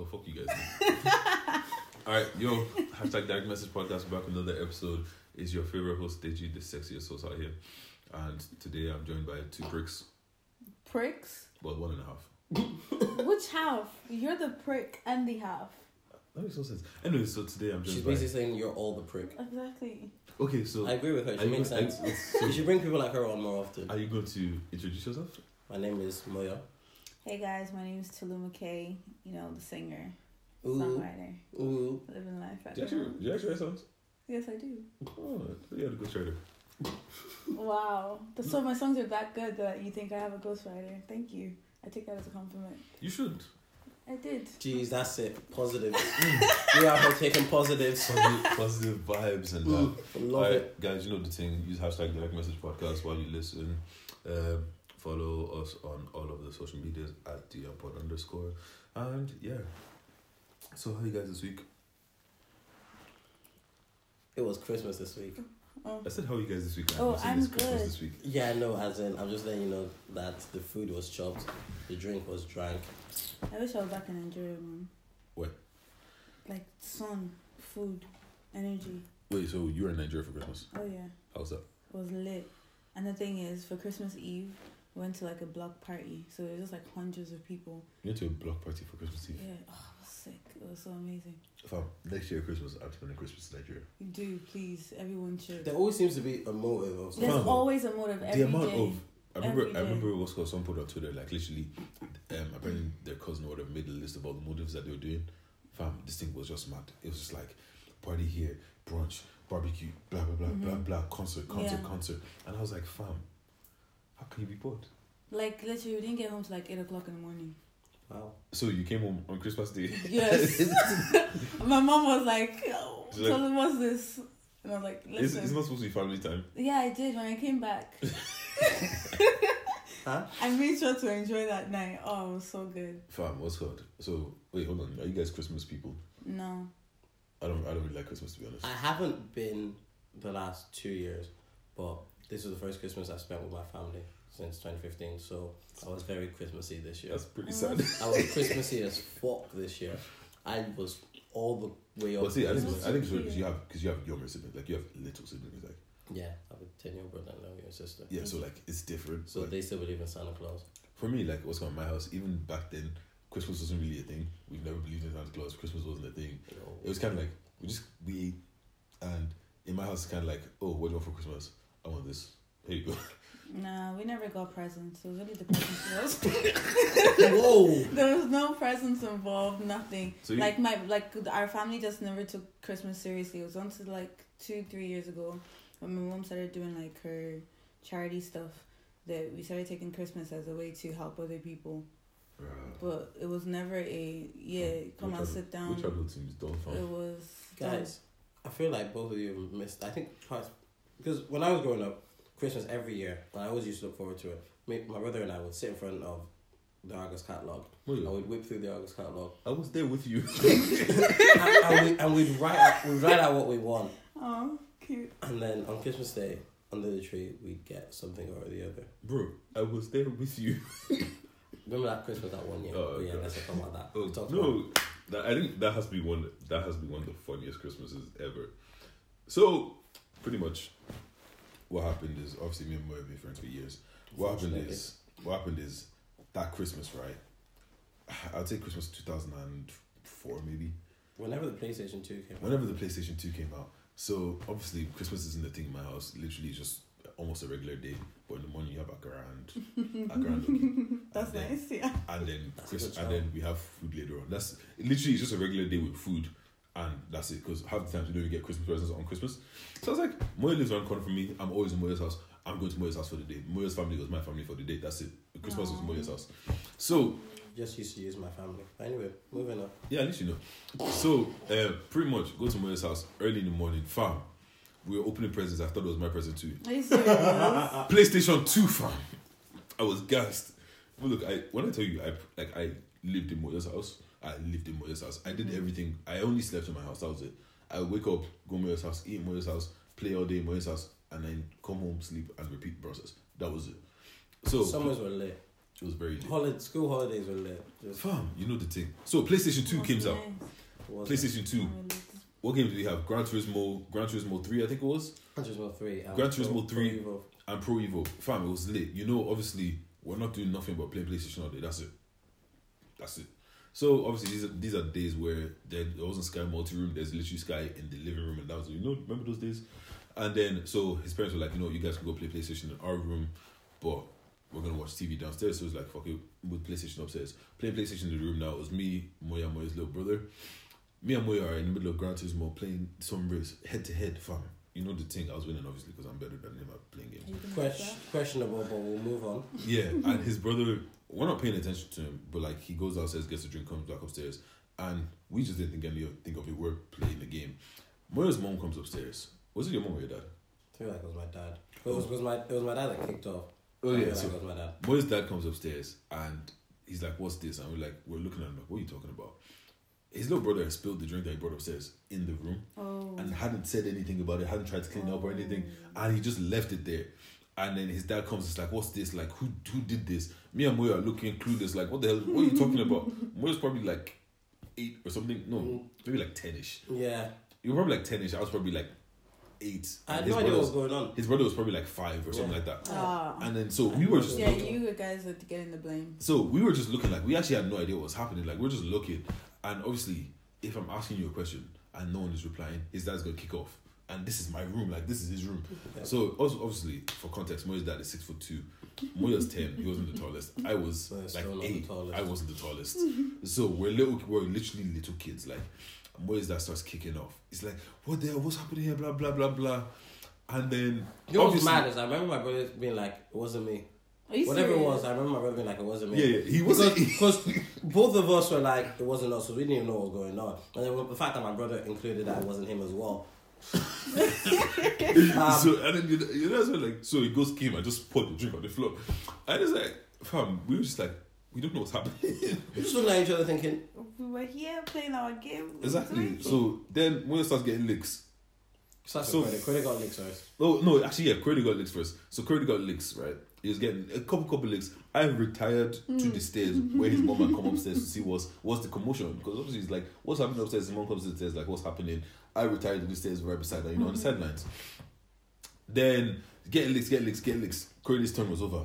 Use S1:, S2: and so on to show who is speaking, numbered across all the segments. S1: Oh, fuck you guys. All right, yo, hashtag direct message podcast back with another episode. Is your favorite host Deji, the sexiest host out here? And today I'm joined by two pricks,
S2: Pricks?
S1: well, one and a half.
S2: Which half? You're the prick and the half.
S1: That makes no sense. Anyway, so today I'm
S3: She's
S1: joined by.
S3: basically saying you're all the prick.
S2: Exactly.
S1: Okay, so
S3: I agree with her.
S1: are
S3: She
S1: you,
S3: makes
S1: are you-
S3: sense. You
S1: so
S3: should bring people like her on more often.
S1: are you going to introduce yourself?
S3: My name is Moya.
S2: Hey guys, my name is Tuluma K, you know, the singer,
S3: Ooh,
S2: songwriter,
S3: oooo.
S2: living life at
S1: Do you
S2: the
S1: actually,
S2: moment.
S1: do you actually write songs?
S2: Yes, I do.
S1: Oh, you had a good writer.
S2: Wow. That's- So my songs are that good that you think I have a ghostwriter. Thank you. I take that as a compliment.
S1: You should.
S2: I did.
S3: Jeez, that's it. Positive. we are her taking positives.
S1: Mm, Positive, positive vibes and that.
S3: Mm, love
S1: Alright,
S3: it.
S1: guys, you know the thing. Use hashtag direct message podcast while you listen. Um, follow us on all of the social medias at DMPod underscore. And yeah. So how you guys this week?
S3: It was Christmas this week.
S2: Oh.
S1: I said how you guys this week. I
S2: Oh,
S1: haven't seen
S2: I'm
S1: this Christmas
S2: good.
S1: This week.
S3: Yeah, no, as in, I'm just letting you know that the food was chopped, the drink was drank.
S2: I wish I was back in Nigeria, man.
S1: What?
S2: Like sun, food, energy.
S1: Wait, so you were in Nigeria for Christmas?
S2: Oh yeah.
S1: How's that?
S2: was lit. And the thing is, for Christmas Eve, we went to like a block party, so it was just like hundreds of people.
S1: You went to a block party for Christmas Eve.
S2: Yeah, oh, it was sick. It was so amazing.
S1: Fam, next year Christmas, I'm spending Christmas in Nigeria.
S2: Do please, everyone should.
S3: There always seems to be a motive of
S2: There's
S3: something.
S1: Wow.
S2: always a motive every
S1: the amount
S2: day.
S1: of I remember
S2: Every
S1: I
S2: day.
S1: remember it was called some put on Twitter like literally um apparently their cousin would have made a list of all the motives that they were doing. Fam, this thing was just mad. It was just like party here, brunch, barbecue, blah blah blah blah
S2: Mhm.
S1: blah, concert, concert,
S2: Yeah.
S1: concert. And I was like, fam, how can you be bored?
S2: Like literally, we didn't get home till like eight o'clock in the morning.
S3: Wow.
S1: So you came home on Christmas Day.
S2: Yes. My mom was like, oh,
S1: She's like-
S2: "Tell them what's this," and I was like,
S1: it's,
S2: "Listen."
S1: it's not supposed to be family time.
S2: yeah, I did when I came back.
S3: Huh?
S2: I made sure to enjoy that night. Oh, it was so good.
S1: Fam, what's called? So wait, hold on. Are you guys Christmas people?
S2: No.
S1: I don't I don't really like Christmas to be honest.
S3: I haven't been the last two years, but this was the first Christmas I spent with my family since 2015, so I was very Christmassy this year.
S1: That's pretty sad.
S3: I was Christmassy as fuck this year. I was all the way up.
S1: Well, see, I think
S2: That's
S1: I think it's
S2: so
S1: because you
S2: cute.
S1: have because you have younger siblings, like you have little siblings, like
S3: yeah, I have a ten year old brother and eleven year sister.
S1: yeah. So like it's different.
S3: So
S1: but
S3: they still believe in Santa Claus.
S1: for me, like what's going on in my house, even back then, Christmas wasn't really a thing. We've never believed in Santa Claus. Christmas wasn't a thing.
S3: You know.
S1: It was kind of like we just we ate, and in my house, it's kind of like oh, what do you want for Christmas? I want this. Here you go.
S2: No, we never got presents. It was really depressing.
S3: Whoa!
S2: there was no presents involved, nothing.
S1: So you,
S2: Like my like our family just never took Christmas seriously. It was until like two, three years ago when my mom started doing like her charity stuff that we started taking Christmas as a way to help other people.
S1: Bruh,
S2: But um, it was never a yeah, come
S1: Which
S2: and
S1: are-
S2: sit
S1: Oh, we
S2: down.
S1: travel teams don't
S2: It
S1: find.
S2: was
S3: Guys, I feel like both of you missed. I think parts because when I was growing up, Christmas every year, and I always used to look forward to it. Me, my brother and I would sit in front of the Argos catalog.
S1: Wait,
S3: I would whip through the Argos catalog,
S1: I was there with you.
S3: and, and, we, and we'd write out, we'd write out what we want,
S2: oh cute.
S3: and then on Christmas Day, under the tree, we'd get something or the other.
S1: Bro, I was there with you.
S3: Remember that Christmas that one year?
S1: Oh,
S3: Oh, yeah,
S1: God.
S3: let's not talk about that.
S1: Oh,
S3: We talked about-
S1: no, that, I think that has to be one. That has to be one of the funniest Christmases ever. So, pretty much, what happened is obviously me and Moya have been friends for years. What happened
S3: Unfortunately.
S1: is, what happened is that Christmas, right? I'd say Christmas two thousand and four, maybe.
S3: whenever the PlayStation Two came, out,
S1: Whenever the PlayStation Two came out, so obviously Christmas isn't a thing in my house. Literally, it's just almost a regular day. But in the morning, you have akara and akara. and ogi
S2: That's
S1: then-
S2: nice, yeah.
S1: and then
S3: That's a
S1: Chris, and
S3: good shout.
S1: then we have food later on. That's literally it's just a regular day with food, and that's it. Because half the time we don't even get Christmas presents on Christmas. So I was like, Moya lives around the corner from me. I'm always in Moya's house. I'm going to Moya's house for the day. Moya's family was my family for the day. That's it. Christmas was
S2: Aw.
S1: Moya's house. So
S3: just used to use my family. Anyway, moving on.
S1: yeah, at least you know. So uh, pretty much go to Moya's house early in the morning. Fam, we were opening presents. I thought it was my present too.
S2: Are you serious?
S1: PlayStation Two, fam. I was gassed. But look, I when I tell you, I like I lived in Moya's house. I lived in Moya's house. I did everything. I only slept in my house. That was it. I would wake up, go to Moya's house, eat in Moya's house, play all day in Moya's house, and then come home, sleep, and repeat the process. That was it. So
S3: Summers were lit.
S1: It was very lit.
S3: Holiday, school holidays were lit. Just
S1: Fam, you know the thing. So PlayStation Two came out.
S3: was
S1: PlayStation Two.
S2: Really
S1: What games do we have? Gran Turismo, Gran Turismo Three, I think it was,
S3: Gran Turismo three. um,
S1: Gran Turismo
S3: Pro- Pro
S1: three.
S3: Evo.
S1: and Pro Evo. Fam, it was lit. You know, obviously, we're not doing nothing but playing PlayStation all day. That's it. That's it. So obviously, these are, these are days where there, there wasn't Sky multi room. There's literally Sky in the living room, and that was you know remember those days. And then so his parents were like, you know, you guys can go play PlayStation in our room, but we're gonna watch TV downstairs. So it was like, fuck it, with PlayStation upstairs. Playing PlayStation in the room now. It was me, Moya, Moya's little brother. Me and Moya are in the middle of Gran Turismo playing some race head to head, fam. You know the thing. I was winning obviously because I'm better than him at playing games.
S2: Are you gonna watch
S3: Question,
S2: that?
S3: questionable, but we'll move on.
S1: Yeah, and his brother, we're not paying attention to him, but like he goes downstairs, gets a drink, comes back upstairs, and we just didn't think any of think of it. We're playing the game. Moya's mom comes upstairs. Was it your mom or your dad?
S3: I feel like it was my dad. It was, it was my it was my dad that kicked off.
S1: Oh
S3: I feel
S1: yeah,
S3: like
S1: so
S3: it was my dad.
S1: Moya's dad comes upstairs and he's like, "What's this?" And we're like, "We're looking at him like, what are you talking about?" His little brother had spilled the drink that he brought upstairs in the room
S2: Oh.
S1: and hadn't said anything about it, hadn't tried to clean up or anything, and he just left it there. And then his dad comes, it's like, what's this? Like, who who did this? Me and Moya are looking clueless, like, what the hell? What are you talking about? Moya's probably like eight or something. No, maybe like ten-ish.
S3: Yeah,
S1: You were probably like ten-ish. I was probably like eight.
S3: I
S1: And
S3: had
S1: his
S3: no
S1: brother
S3: idea what was
S1: was,
S3: going on.
S1: his brother was probably like five or something
S3: Yeah.
S1: like that.
S2: Ah.
S1: And then so we were just
S2: yeah,
S1: looking,
S2: you guys are getting the blame.
S1: so we were just looking like we actually had no idea what was happening. Like we we're just looking, and obviously, if I'm asking you a question and no one is replying, his dad's gonna kick off. And this is my room, like this is his room. So also, obviously, for context, Moya's dad is six foot two. Moya's ten. He wasn't the tallest. I was
S3: So it's
S1: like
S3: still not the
S1: eight.
S3: tallest.
S1: I wasn't the tallest. so we're little. We're literally little kids. Like Moya's dad starts kicking off. It's like, what the hell? What's happening here? Blah blah blah blah. And then
S3: You know what was mad is I remember my brother being like, "It wasn't me."
S2: Are you
S3: Whatever it
S2: serious?
S3: was, I remember my brother being like, "It wasn't me."
S1: Yeah, yeah, he wasn't-
S3: because, because both of us were like, "It wasn't us," so we didn't even know what was going on. And then the fact that my brother included that it wasn't him as well. Um,
S1: so and then you know, you know that's when, like so he goes came and just poured the drink on the floor. And it's like, fam, we were just like, we don't know what's happening.
S3: we just looking at each other thinking,
S2: We were here playing our game.
S1: exactly. So then Moya starts getting licks.
S3: "Such
S1: So-
S3: a credit, credit got licked first.
S1: No, Oh, no, actually, yeah, Crowley got licks first. So Crowley got licks, right? He was getting a couple, couple licks. I retired to the stairs where his mom had come upstairs to see what's what's the commotion because obviously it's like what's happening upstairs. His mom comes to the stairs like what's happening. I retired to the stairs right beside her, you know, on the sidelines. Then get licks, get licks, get licks. Crowley's turn was over.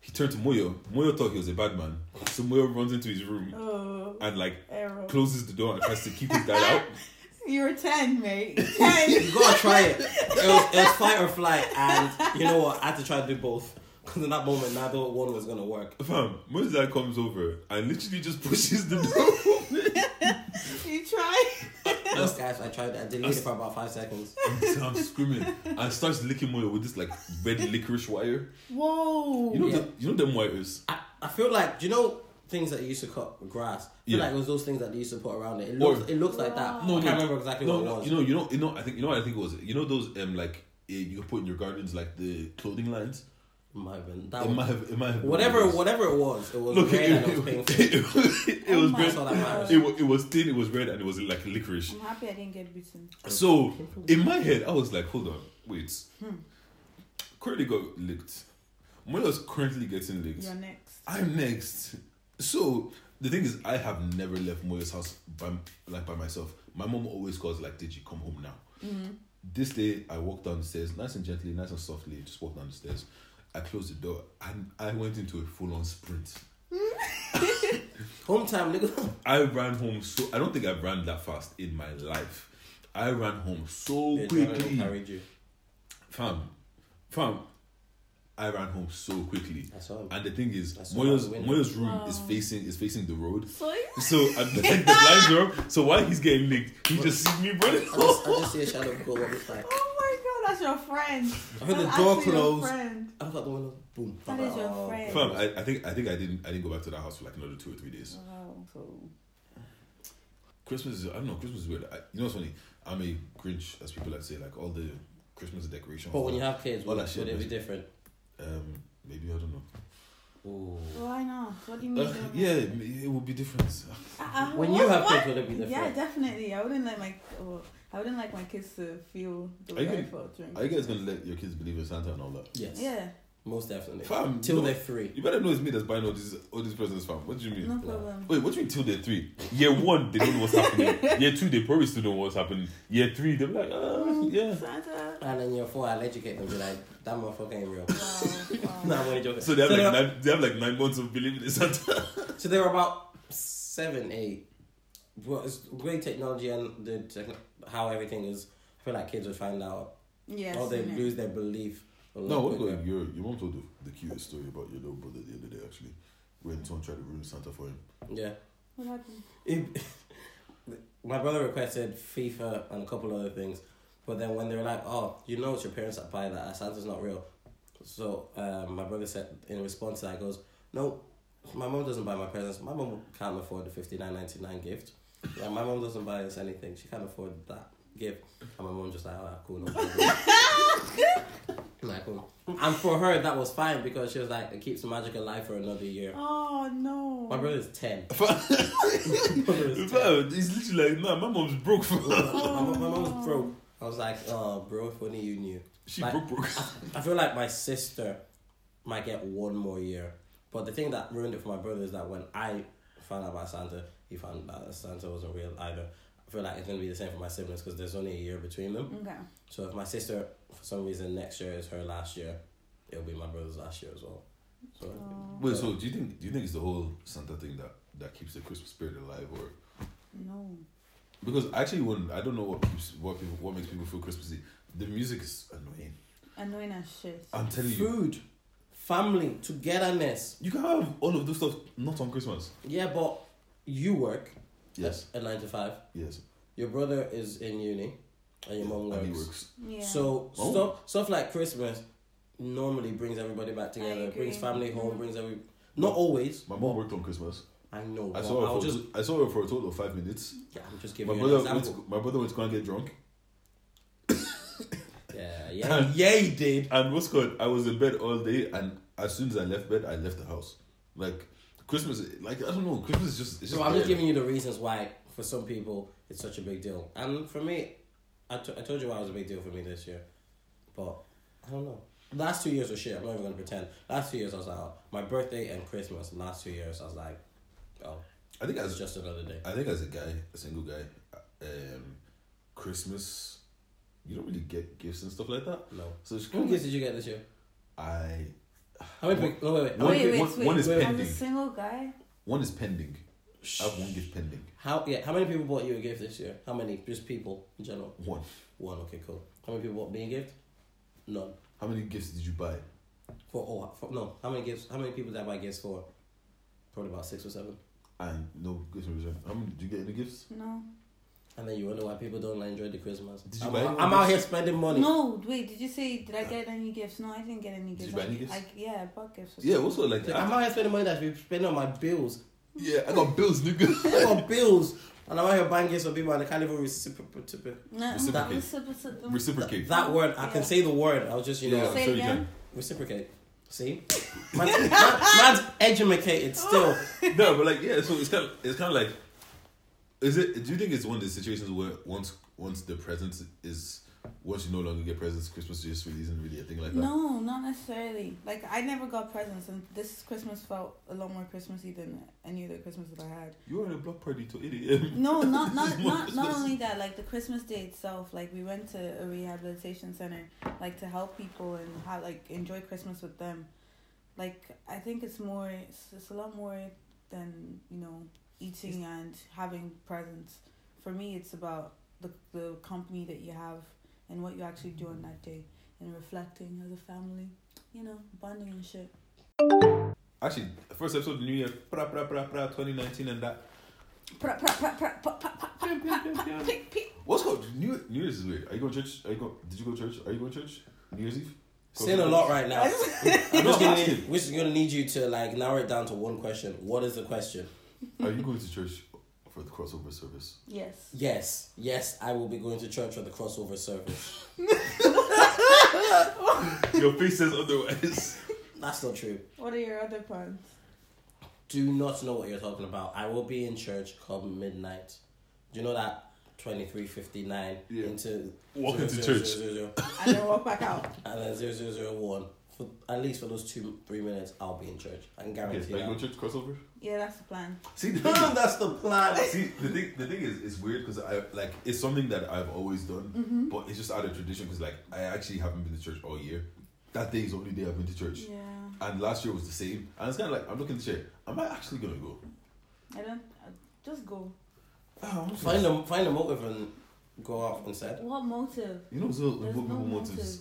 S1: He turned to Moyo. Moyo thought he was a bad man, so Moyo runs into his room
S2: Oh,
S1: and like
S2: arrow.
S1: closes the door and tries to keep his dad out.
S2: you were 10, mate. 10.
S3: You gotta try it. It was, it was fight or flight, and you know what? I had to try to do both. Because in that moment, neither one was gonna work.
S1: Fam, Moyo's dad comes over and literally just pushes the door.
S2: you tried.
S3: Those guys, I tried. I deleted it for about five seconds.
S1: So I'm screaming and starts licking Moyo with this like red licorice wire.
S2: Whoa.
S1: You know,
S3: Yeah.
S1: the, you know them wires.
S3: I, I feel like do you know things that you used to cut grass? I feel
S1: Yeah.
S3: like it was those things that they used to put around it. It
S1: Or-
S3: looks it looks like that.
S1: No,
S3: I
S1: no,
S3: can't remember exactly
S1: no,
S3: what
S1: no,
S3: it was.
S1: you know, you know, you know. I think you know. What I think it was you know those um like eh, you put in your gardens like the clothing lines.
S3: It might have been that
S1: It
S3: one.
S1: might have, it might have been
S3: whatever
S1: those.
S3: whatever it was, it was
S1: Look,
S3: red
S1: it,
S3: and it
S1: it,
S3: was
S1: it,
S3: painful.
S2: Oh
S1: was
S2: my
S1: red.
S3: That's all that matters.
S1: It, wa- it was thin. It was red, and it was like licorice.
S2: I'm happy I didn't get beaten.
S1: So in my head, I was like, hold on, wait.
S3: Hmm.
S1: Currently got licked. Moyo's currently getting licked.
S2: You're next.
S1: I'm next. So the thing is, I have never left Moya's house by like by myself. My mom always calls like, "Did you come home now?" This day, I walked down the stairs, nice and gently, nice and softly. Just walked down the stairs. I closed the door and I went into a full on sprint.
S3: Home time, nigga.
S1: I ran home so I don't think I ran that fast in my life. I ran home so
S3: The adrenaline
S1: quickly,
S3: carried you.
S1: fam, fam. I ran home so quickly,
S3: I saw him.
S1: and the thing is,
S3: I saw
S1: Moya's
S3: out the window.
S1: Moya's room is facing is facing the road.
S2: So,
S1: So and the, the blinds are up. So while he's getting licked, he just sees me running.
S3: I just, I just see a shadow go up. It's like
S2: oh my god, that's your friend.
S3: I heard the
S2: That's
S3: door
S2: actually your
S3: close.
S2: friend.
S3: I looked out the window. Boom.
S2: That is your friend.
S1: Fam, I, I think I think I didn't I didn't go back to that house for like another two or three days.
S2: Wow. So,
S1: Christmas is I don't know Christmas is weird. I, you know what's funny? I'm a Grinch, as people like to say, like all the Christmas decorations.
S3: But when you have kids,
S1: All
S3: would,
S1: that shit
S3: would it be
S1: was-
S3: different?
S1: um, maybe I don't know.
S3: Ooh.
S2: why not? What do you mean?
S1: Uh,
S2: don't-
S1: yeah, it it would be different.
S2: Uh, uh,
S3: When
S2: what-
S3: you have
S2: what?
S3: kids, would it be different?
S2: Yeah, definitely. I wouldn't like my. Oh, I wouldn't like my kids to feel the
S1: Are you
S2: way I
S1: gonna-
S2: felt during.
S1: Are you guys gonna let your kids believe in Santa and all that?
S3: Yes.
S2: Yeah.
S3: Most definitely.
S1: Fam,
S3: Till
S1: no.
S3: they're free.
S1: You better know it's me that's buying all these all these presents, fam. What do you mean?
S2: No problem.
S1: Wait, what do you mean till they're three? Year one, they don't know what's happening. Year two, they probably still don't know what's happening. Year three, they're like, uh, yeah.
S2: Oh, Santa.
S3: And then year four, I'll educate them. Be like, that motherfucker ain't real.
S2: Wow,
S3: no,
S2: wow.
S3: I'm only joking.
S1: So they have like
S3: they're-
S1: nine, they have like nine months of believing in Santa.
S3: So they're about seven, eight. Well, it's great technology and the techn- how everything is. I feel like kids would find out,
S2: Yes.
S1: Oh,
S3: or they
S2: no.
S3: lose their belief. a lot
S1: No, what
S3: quicker.
S1: going? Your your mom told the, the cutest story about your little brother the other day actually, when someone tried to ruin Santa for him.
S3: Yeah.
S2: What happened?
S3: It- My brother requested FIFA and a couple other things, but then when they were like, "Oh, you know it's your parents that buy that. Santa's not real," so um, my brother said in response to that, "Goes no, my mom doesn't buy my presents. My mom can't afford the fifty nine ninety nine gift. Like my mom doesn't buy us anything. She can't afford that gift." And my mom just like, "Oh, cool, no problem." like, cool. And for her, that was fine because she was like, "It keeps the magic alive for another year."
S2: Oh no.
S3: My brother's ten. My brother is 10.
S1: Fam, He's literally like, nah, my mom's broke. Fam.
S3: my, mom- my mom was broke. I was like, oh, bro, if only you knew.
S1: She
S3: Like-
S1: broke broke.
S3: I feel like my sister might get one more year. But the thing that ruined it for my brother is that when I found out about Santa, he found out that Santa wasn't real either. I feel like it's going to be the same for my siblings because there's only a year between them.
S2: Okay.
S3: So if my sister, for some reason, next year is her last year, it'll be my brother's last year as well. So,
S2: Oh.
S1: Wait, so do you think do you think it's the whole Santa thing that that keeps the Christmas spirit alive, or
S2: No.
S1: because actually when I don't know what keeps what people what makes people feel Christmassy. The music is annoying.
S2: Annoying as shit.
S1: I'm telling you,
S3: food, family, togetherness.
S1: you can have all of those stuff not on Christmas.
S3: Yeah, but you work
S1: Yes,
S3: at 9 to 5.
S1: yes.
S3: Your brother is in uni, and your mom
S1: And he
S3: works.
S1: works.
S2: Yeah.
S3: So
S1: Oh.
S3: stuff stuff like Christmas normally brings everybody back together,
S2: agree.
S3: brings family home,
S2: Mhm.
S3: brings every. Not always.
S1: My mom worked on Christmas.
S3: I know.
S1: I
S3: but
S1: saw her
S3: I'll
S1: for
S3: just.
S1: I saw her for a total of five minutes.
S3: Yeah, I'm just
S1: My
S3: giving you an
S1: brother went
S3: example.
S1: to, my brother went to go and get drunk.
S3: Yeah, yeah, yeah, he did.
S1: And what's good? I was in bed all day, and as soon as I left bed, I left the house. Like Christmas, like I don't know. Christmas is just. It's just
S3: So I'm just
S1: there.
S3: giving you the reasons why for some people it's such a big deal, and for me, I, t- I told you why it was a big deal for me this year, but I don't know. Last two years were shit. I'm not even gonna pretend. Last two years I was like, oh, my birthday and Christmas. Last two years I was like, oh,
S1: I think
S3: it's
S1: as
S3: just another day.
S1: I think as a guy, a single guy, um, Christmas, you don't really get gifts and stuff like that.
S3: No.
S1: So it's
S3: How many gifts did you get this year?
S1: I
S3: How many? Wait, wait, wait. How
S1: One-
S3: many,
S2: wait, wait,
S1: one-
S2: wait.
S1: one is
S2: As a
S1: pending.
S2: single guy,
S1: one is pending. I have one gift pending.
S3: how? Yeah. How many people bought you a gift this year? How many? Just people in general.
S1: One.
S3: One. Okay, cool. How many people bought me a gift? None.
S1: How many gifts did you buy?
S3: For oh for, no. How many gifts? How many people did I buy gifts for? Probably about six or seven.
S1: And no gifts in return. How many did you get any gifts?
S2: no.
S3: And then you wonder why people don't enjoy the Christmas.
S1: Did you
S3: I'm,
S1: buy
S3: out-
S1: anyone
S3: I'm out here
S1: gifts?
S3: spending money.
S2: No, wait. Did you say did I get any gifts? No, I didn't get any
S1: Did
S2: gifts.
S1: you buy any
S2: I,
S1: gifts?
S2: I, yeah, I bought gifts.
S1: Yeah, what's up? Like,
S3: Like, I'm
S1: I,
S3: out here spending money that we spend on my bills.
S1: yeah, I got bills, nigga.
S3: I got bills, and I'm out here buying gifts for people, and I can't even reciprocate.
S2: No,
S1: Reciprocate.
S2: reciprocate.
S1: Reciprocate.
S3: That word, I can
S2: Yeah.
S3: say the word. I was just, you know,
S1: Yeah,
S2: Say
S1: so
S2: it
S1: you
S2: again.
S1: can.
S3: reciprocate. See, man's, man- man's educated still.
S1: no, but like yeah, so it's kind of it's kind of like, is it? Do you think it's one of the situations where once once the presents is once you no longer get presents, Christmas just really isn't really a thing like that.
S2: No, not necessarily. Like I never got presents, and this Christmas felt a lot more Christmassy than any other Christmas that I had.
S1: You were in a block party till eight a.m.
S2: No, not not not not only that. Like the Christmas day itself, like we went to a rehabilitation center, like to help people and how like enjoy Christmas with them. Like I think it's more, it's, it's a lot more than you know eating and having presents. For me, it's about the the company that you have and what you actually do on that day and reflecting as a family, you know, bonding and shit.
S1: Actually, first episode of the new year, pra pra pra pra, twenty nineteen and that.
S2: Pra- pra- pra- pra- pra- pra- pra- pra- pra- pra- pick, pick.
S1: What's called New New Year's is weird. Are you going to church? Are you going? Did you go to church? Are you going to church? New Year's Eve.
S3: Saying a lot right now. I'm
S1: No,
S3: just gonna
S1: ask
S3: need,
S1: it.
S3: we're just gonna need you to like narrow it down to one question. What is the question?
S1: Are you going to church for the crossover service?
S2: Yes.
S3: Yes, yes, I will be going to church for the crossover service.
S1: Your face says otherwise.
S3: That's not true.
S2: What are your other plans?
S3: Do not know what you're talking about. I will be in church come midnight. Do you know that? Twenty three fifty nine
S1: Yeah.
S3: into
S1: Walk into church.
S3: zero, zero,
S2: And then walk back out.
S3: and then zero zero zero one for at least for those two three minutes, I'll be in church. I can
S1: Okay,
S3: guarantee
S1: like no
S3: that.
S1: church crossover.
S2: Yeah, that's the plan.
S1: See, the thing
S3: Damn,
S1: is,
S3: that's the plan.
S1: see, the thing, the thing is, it's weird because I like it's something that I've always done,
S2: Mm-hmm.
S1: but it's just out of tradition because like I actually haven't been to church all year. That day is the only day I've been to church,
S2: Yeah,
S1: and last year was the same. And it's kind of like I'm looking to share. Am I actually gonna go?
S2: I don't. I, just go.
S1: Oh, I'm
S3: Find a find a motive and go off instead.
S2: What motive?
S1: You know, so what
S2: There's no
S1: people want
S2: motive.
S1: is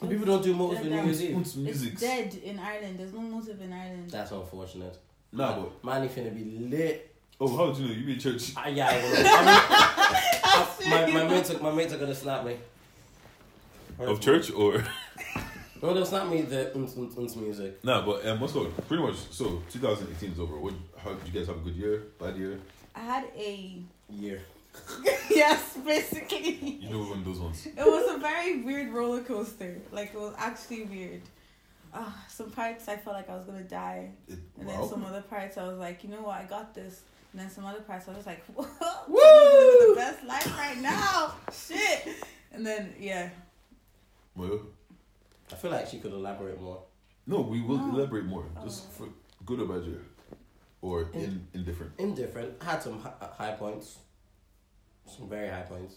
S3: But people don't do motives
S2: Let
S3: for New
S2: them-
S3: Year's Eve.
S1: wants
S2: It's
S1: music.
S2: dead in Ireland. There's no motive in Ireland.
S3: That's unfortunate.
S1: Nah, but
S3: man, if gonna be lit.
S1: oh, how do you know you be in church?
S3: Ah, yeah, I will. I mean, my, my mates are, my mates are gonna snap me.
S1: Of church or
S3: No, they'll snap me the uns, uns, uns music.
S1: nah, but um, what's called pretty much. So 2018 is over. What? How did you guys have a good year? Bad year?
S2: I had a
S3: Yeah.
S2: yes, basically.
S1: You know, one of those ones.
S2: It was a very weird roller coaster. Like it was actually weird. Uh, some parts I felt like I was gonna die,
S1: It,
S2: and
S1: wow.
S2: then some other parts I was like, you know what, I got this. And then some other parts I was like, whoa, the
S3: Woo!
S2: best life right now, shit. And then yeah,
S1: Well,
S3: I feel like she could elaborate more.
S1: no, we will
S2: Oh.
S1: elaborate more. Just for good or bad year, or
S3: Yeah.
S1: in indifferent.
S3: Indifferent. I had some hi- uh, high points, some very high points,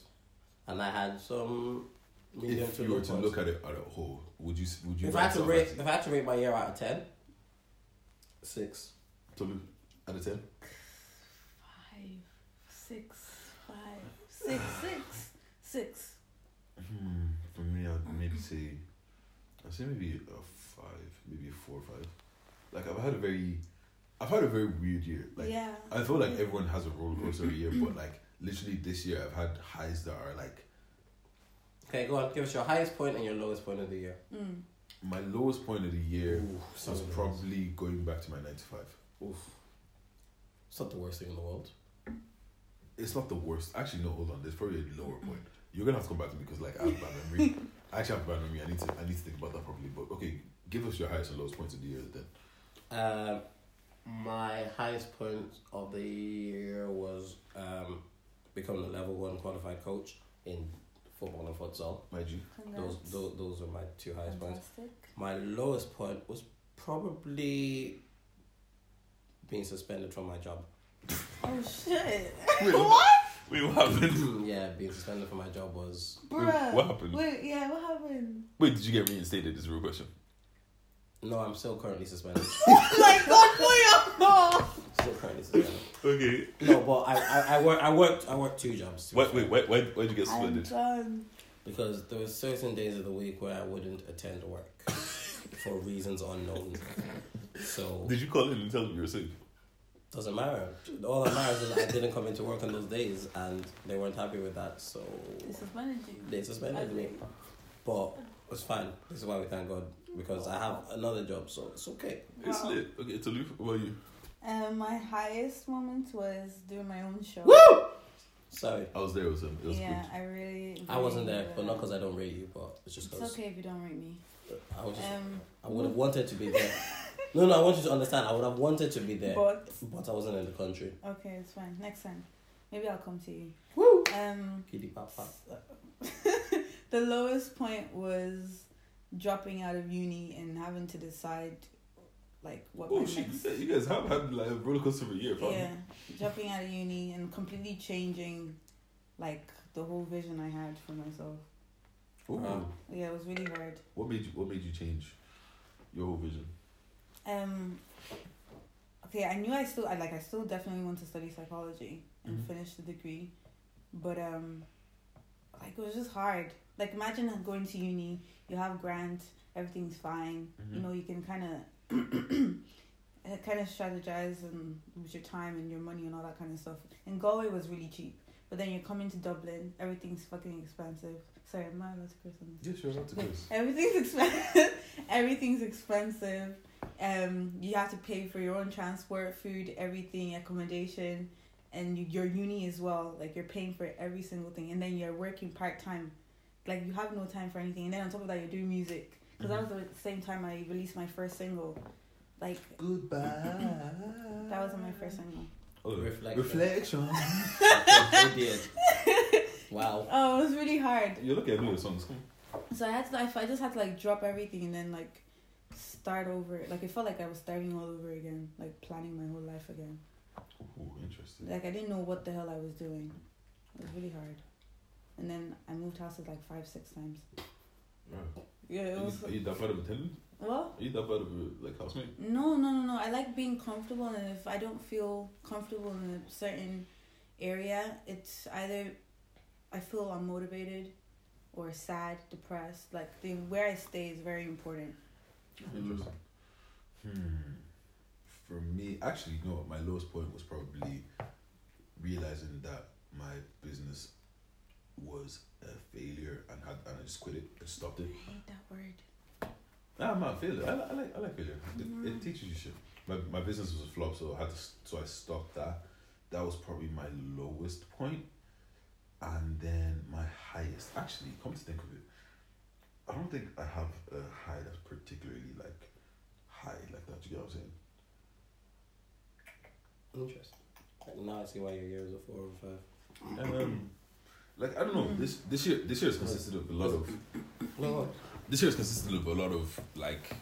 S3: and I had some medium
S1: If
S3: to
S1: you
S3: low
S1: were to
S3: points.
S1: look at it at a whole, would you s- would you
S3: if I had to
S1: yourself
S3: rate,
S1: as-
S3: if I had to rate my year out of ten, six.
S1: Tolu, out of ten?
S2: five, six, five, six, six, six.
S1: Hmm, for me, I'd maybe say, I'd say maybe a five, maybe a four or five. Like I've had a very, I've had a very weird year. Like
S2: yeah.
S1: I feel like everyone has a roller coaster year, but like literally this year, I've had highs that are like
S3: Okay, go on. Give us your highest point and your lowest point of the year.
S2: Mm.
S1: my lowest point of the year
S3: Ooh, it's
S1: was
S3: not the worst.
S1: probably going back to my nine to five.
S3: It's not the worst thing in the world.
S1: It's not the worst. Actually, no. Hold on. There's probably a lower point. You're gonna have to come back to me because like I have bad memory. I actually have bad memory. I need to. I need to think about that properly. But okay, give us your highest and lowest points of the year then.
S3: Um, my highest point of the year was um, becoming a level one qualified coach in football and futsal.
S1: Mind you,
S3: Those,
S2: Congrats.
S3: those, those are my two highest points.
S2: Fantastic.
S3: My lowest point was probably being suspended from my job.
S2: Oh shit.
S1: Wait,
S2: what?
S1: wait, what happened?
S3: yeah, being suspended from my job was
S2: Bruh.
S1: what happened?
S2: Wait, yeah, what happened?
S1: Wait, did you get reinstated? Is a real question.
S3: no. I'm still currently suspended.
S2: like, what for your
S3: still currently suspended.
S1: Okay.
S3: No, but I, I, I work I worked I worked two jobs. to be
S1: Why,
S3: fair.
S1: wait, why, why, why'd you get
S2: I'm
S1: suspended?
S2: done.
S3: because there were certain days of the week where I wouldn't attend work for reasons unknown. So
S1: Did you call in and tell them you were sick?
S3: doesn't matter. All that matters is I didn't come into work on those days, and they weren't happy with that. So
S2: They suspended you.
S3: they suspended me. But it's fine. This is why we thank God because I have another job, so it's okay.
S1: It's
S2: Wow.
S1: lit. Okay, Tolu, what about you?
S2: Um, my highest moment was doing my own show.
S3: Sorry,
S1: I was there with him. It was
S2: Yeah,
S1: good.
S2: I really.
S3: I wasn't there,
S2: really
S3: but
S2: enjoyed
S3: not
S2: that.
S3: because I don't rate you, but it's just
S2: It's
S3: because
S2: okay if you don't rate me.
S3: I was just,
S2: Um,
S3: I would have wanted to be there. No, no, I want you to understand. I would have wanted to be there,
S2: but
S3: but I wasn't in the country.
S2: okay, it's fine. Next time, maybe I'll come to you.
S3: Woo!
S2: Um,
S3: Kitty pop pop.
S2: the lowest point was dropping out of uni and having to decide, like, what my
S1: Oh shit!
S2: next.
S1: You guys- You guys have had like a roller coaster of a year, fam.
S2: Yeah, dropping out of uni and completely changing, like the whole vision I had for myself.
S1: Ooh.
S3: Wow.
S2: Yeah, it was really hard.
S1: What made you? What made you change your whole vision?
S2: Um. Okay, I knew I still I like I still definitely want to study psychology and
S1: Mhm.
S2: finish the degree, but um, like it was just hard. Like imagine going to uni, you have grant, everything's fine. You
S1: Mhm.
S2: know you can kind of, kind of strategize and with your time and your money and all that kind of stuff. And Galway was really cheap, but then you're coming to Dublin, everything's fucking expensive. Sorry, am I allowed to curse on this?
S1: Yeah, sure. Not to curse.
S2: Everything's expensive. Everything's expensive. Um, you have to pay for your own transport, food, everything, accommodation, and you, your uni as well. Like you're paying for every single thing, and then you're working part time. Like you have no time for anything, and then on top of that, you're doing music. Because that was the same time I released my first single. Like
S1: Goodbye.
S2: that wasn't my first single.
S1: Oh,
S3: Reflection.
S1: reflection.
S3: Idiot. Wow.
S2: Oh, it was really hard.
S1: You're looking at me with songs. Come on.
S2: So I had to, I, I just had to like drop everything and then like start over. Like it felt like I was starting all over again, like planning my whole life again.
S1: Ooh, interesting.
S2: Like I didn't know what the hell I was doing. It was really hard. And then I moved houses like five, six times.
S1: Wow.
S2: Yeah, it
S1: Are
S2: was.
S1: you, are you that bad of a tenant?
S2: Well,
S1: Are you that bad of a like housemate?
S2: No, no, no, no. I like being comfortable, and if I don't feel comfortable in a certain area, it's either I feel unmotivated or sad, depressed. Like the where I stay is very important.
S1: Interesting. Hmm. For me, actually, no. My lowest point was probably realizing that my business was a failure and had and I just quit it and stopped it.
S2: I hate that word.
S1: Nah, I'm not failure. I, li- I like I like failure. It,
S2: Mm.
S1: it teaches you shit. My my business was a flop, so I had to s- so I stopped that. That was probably my lowest point, and then my highest. Actually, come to think of it, I don't think I have a high that's particularly like high like that. You get what I'm saying?
S3: Interesting. Now I see why your year was a four or five.
S1: And, um, like I don't know. This this year this year is consisted of a lot of
S3: No,
S1: this year is consistent of a lot of like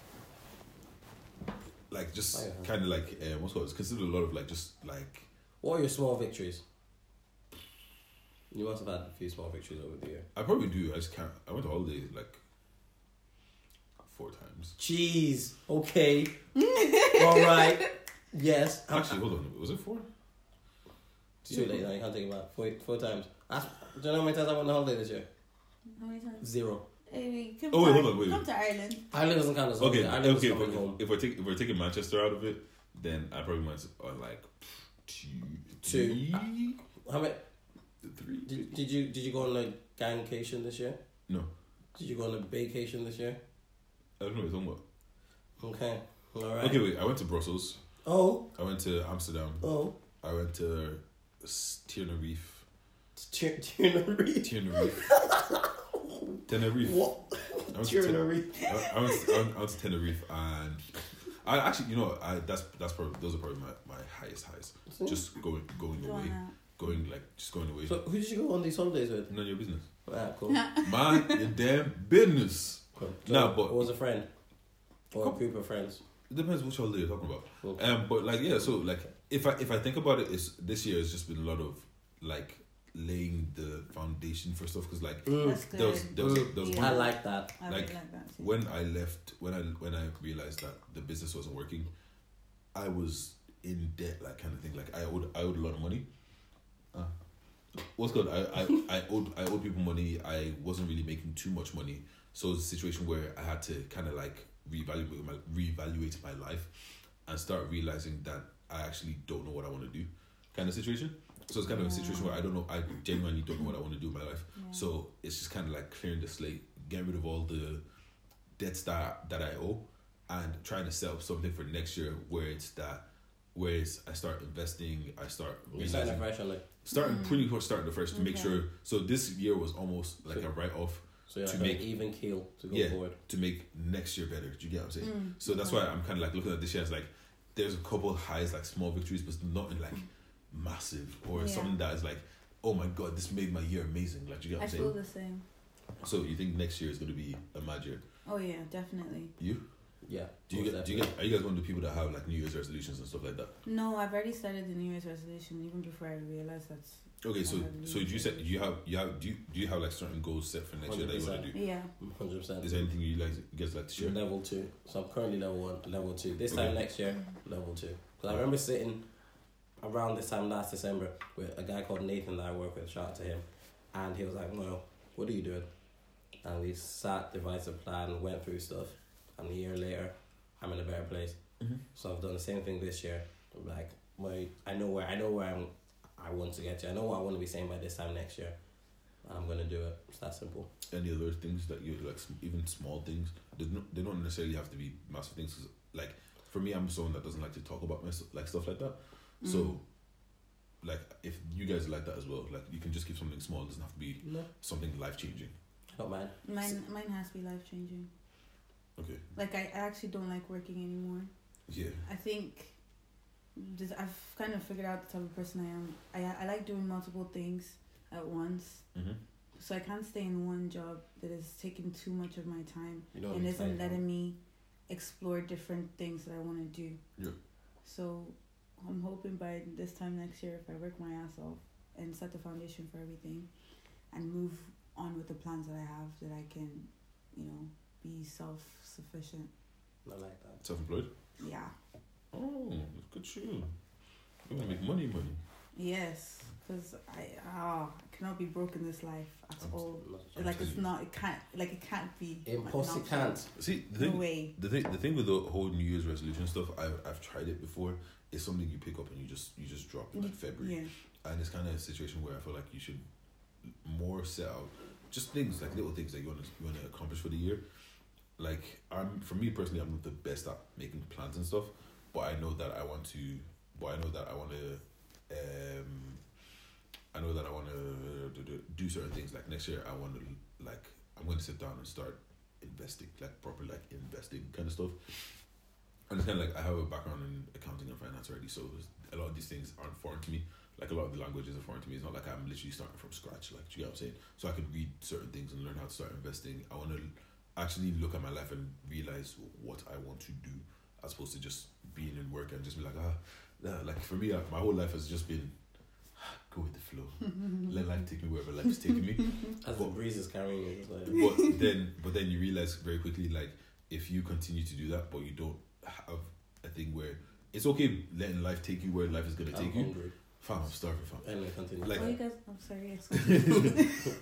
S1: like just
S3: Oh, yeah.
S1: kind of like um, what's it called? It's consisted of a lot of like just like
S3: what are your small victories? You must have had a few small victories over the year.
S1: I probably do. I just can't. I went to holidays like four times.
S3: Jeez. Okay. All right. Yes. I'm-
S1: Actually, hold on. Was it four?
S3: It's too late now. You can't take it back. Four, four times. That's, do you know how many times I went on holiday this year?
S2: How many times?
S3: Zero.
S2: Hey, wait, come
S1: Oh, wait,
S2: to
S1: hold on, wait,
S2: Come
S1: wait. Oh,
S2: to Ireland.
S3: Ireland doesn't count as holiday.
S1: Okay,
S3: Ireland
S1: okay.
S3: was
S1: If,
S3: coming
S1: we're-
S3: home.
S1: if we're taking if we're taking Manchester out of it, then I probably went on like two,
S3: Two.
S1: three-
S3: How many?
S1: three.
S3: Did, did you did you go on a gangcation this year?
S1: No.
S3: Did you go on a vacation this year?
S1: I don't know. What you're talking about.
S3: Okay. All right.
S1: Okay, wait. I went to Brussels.
S3: Oh,
S1: I went to Amsterdam.
S3: oh.
S1: I went to S- Tenerife.
S3: Tyr- Tyrannery.
S1: Tenerife. Tenerife.
S3: What?
S1: I went to Ten-
S3: Tyrannery.
S1: I, I, went to, I, went, I went to Tenerife and I actually, you know, I that's that's probably those are probably my, my highest highs. Just going going
S2: Go on
S1: away,
S2: now.
S1: going like just going away.
S3: So who did you go on these holidays with?
S1: None of your business.
S3: Ah, cool.
S1: Mind your damn business.
S3: Cool.
S1: Nah, but-
S3: Or was a friend? Or a group of friends?
S1: It depends which holiday you're talking about.
S3: Okay.
S1: Um, but like yeah, so like if I if I think about it, it's this year has just been a lot of like laying the foundation for stuff because like
S2: That's good.
S1: there Oh, was there was, there was
S2: Mm.
S1: one
S3: I like that.
S2: I really
S1: like,
S2: like that. too.
S1: when I left, when I when I realized that the business wasn't working, I was in debt, like kind of thing. Like I owed I owed a lot of money. Uh, what's good? I, I I owed I owed people money. I wasn't really making too much money, so it was a situation where I had to kind of like reevaluate my reevaluate my life, and start realizing that I actually don't know what I want to do, kind of situation. So it's kind of a situation where I don't know. I genuinely don't know what I want to do in my life.
S2: Yeah.
S1: So it's just kind of like clearing the slate, getting rid of all the debts that that I owe, and trying to set up something for next year where it's that, where it's I start investing, I start
S3: You're starting
S1: realizing-
S3: fresh on it.
S1: starting pretty much starting afresh to make
S2: Mm. Okay.
S1: sure. So this year was almost like
S3: So-
S1: a write off
S3: So you're
S1: To
S3: like on an
S1: make-
S3: even keel to go
S1: Yeah.
S3: forward.
S1: to make next year better. Do you get what I'm saying?
S2: Mm.
S1: So that's why I'm kind of like looking at this year as like there's a couple highs, like small victories, but nothing like massive or
S2: Yeah.
S1: something that is like, oh my god, this made my year amazing. Like, do you get
S2: I
S1: what I'm
S2: feel
S1: saying?
S2: the same.
S1: So you think next year is going to be a mad year?
S2: Oh yeah, definitely.
S1: You
S3: Yeah.
S1: do you
S3: most
S1: get do you get are you guys one of the people that have like New Year's resolutions and stuff like that?
S2: No, I've already started the New Year's resolution even before I realized that's
S1: Okay, so
S2: I have New
S1: so do you
S2: Year's
S1: set do you have you have do you, do you have like certain goals set for next year that you want to do?
S2: yeah.
S3: Hundred percent.
S1: Is there anything you like you guys like to share?
S3: Level two. So I'm currently level one, level two. This time
S1: Okay.
S3: next year, level two. Because I remember sitting around this time last December with a guy called Nathan that I work with. Shout out to him, and he was like, "Well, what are you doing?" And we sat, devised a plan, went through stuff, and a year later, I'm in a better place.
S1: Mhm.
S3: So I've done the same thing this year. Like my, I know where I know where I'm. I want to get to. I know what I want to be saying by this time next year. And I'm gonna do it. It's that simple.
S1: any other things that you like sm- even small things they don't, they don't necessarily have to be massive things 'cause, like for me i'm someone that doesn't like to talk about my, s- like stuff like that
S2: Mm.
S1: so like if you guys are like that as well like you can just give something small it doesn't have to be
S3: No,
S1: something life changing
S3: I don't mind.
S2: Mm. Mine mine has to be life changing.
S1: okay
S2: Like I I actually don't like working anymore.
S1: yeah
S2: I think this, I've kind of figured out the type of person I am. I I like doing multiple things at once.
S1: mm-hmm.
S2: So I can't stay in one job that is taking too much of my time
S3: You know.
S2: and isn't letting me explore different things that I want to do.
S1: Yeah.
S2: So I'm hoping by this time next year, if I work my ass off and set the foundation for everything, and move on with the plans that I have, that I can, you know, be self sufficient.
S3: Not like that.
S1: Self-employed.
S2: Yeah.
S1: Oh, look at you. You're gonna make money, money.
S2: Yes, because I ah I cannot be broke in this life at all.
S1: I'm
S2: Like it's
S1: telling
S2: not. It can't. Like it can't be.
S3: Imposter
S2: an option.
S3: can't.
S1: you. See, the
S2: No
S1: thing,
S2: way.
S1: the thing, the thing with the whole New Year's resolution stuff, I've, I've tried it before. It's something you pick up and you just you just drop
S2: Mm.
S1: in like February,
S2: Yeah.
S1: and it's kind of a situation where I feel like you should more set out just things like little things that you want to you want to accomplish for the year. Like I'm for me personally, I'm not the best at making plans and stuff, but I know that I want to. But I know that I want to. Um, I know that I want to do- do certain things. Like next year, I want to like I'm going to sit down and start investing, like proper like investing kind of stuff. And it's kind of like I have a background in accounting and finance already, so it's- a lot of these things aren't foreign to me. Like a lot of the languages are foreign to me. It's not like I'm literally starting from scratch. Like do you get what I'm saying? So I can read certain things and learn how to start investing. I want to actually look at my life and realize what I want to do, as opposed to just being in work and just be like ah, nah. like for me, like, my whole life has just been go with the flow. Let life take me wherever life's taking me.
S3: As the
S1: But-
S3: breeze is carrying you. it's like-
S1: but then but then you realize very quickly like if you continue to do that but you don't have a thing where it's okay letting life take you where life is gonna
S3: I'm
S1: take you
S3: hungry.
S1: fam I'm starving fam
S3: Anyway, continue.
S1: Like-
S2: oh, you guys. I'm sorry. yes.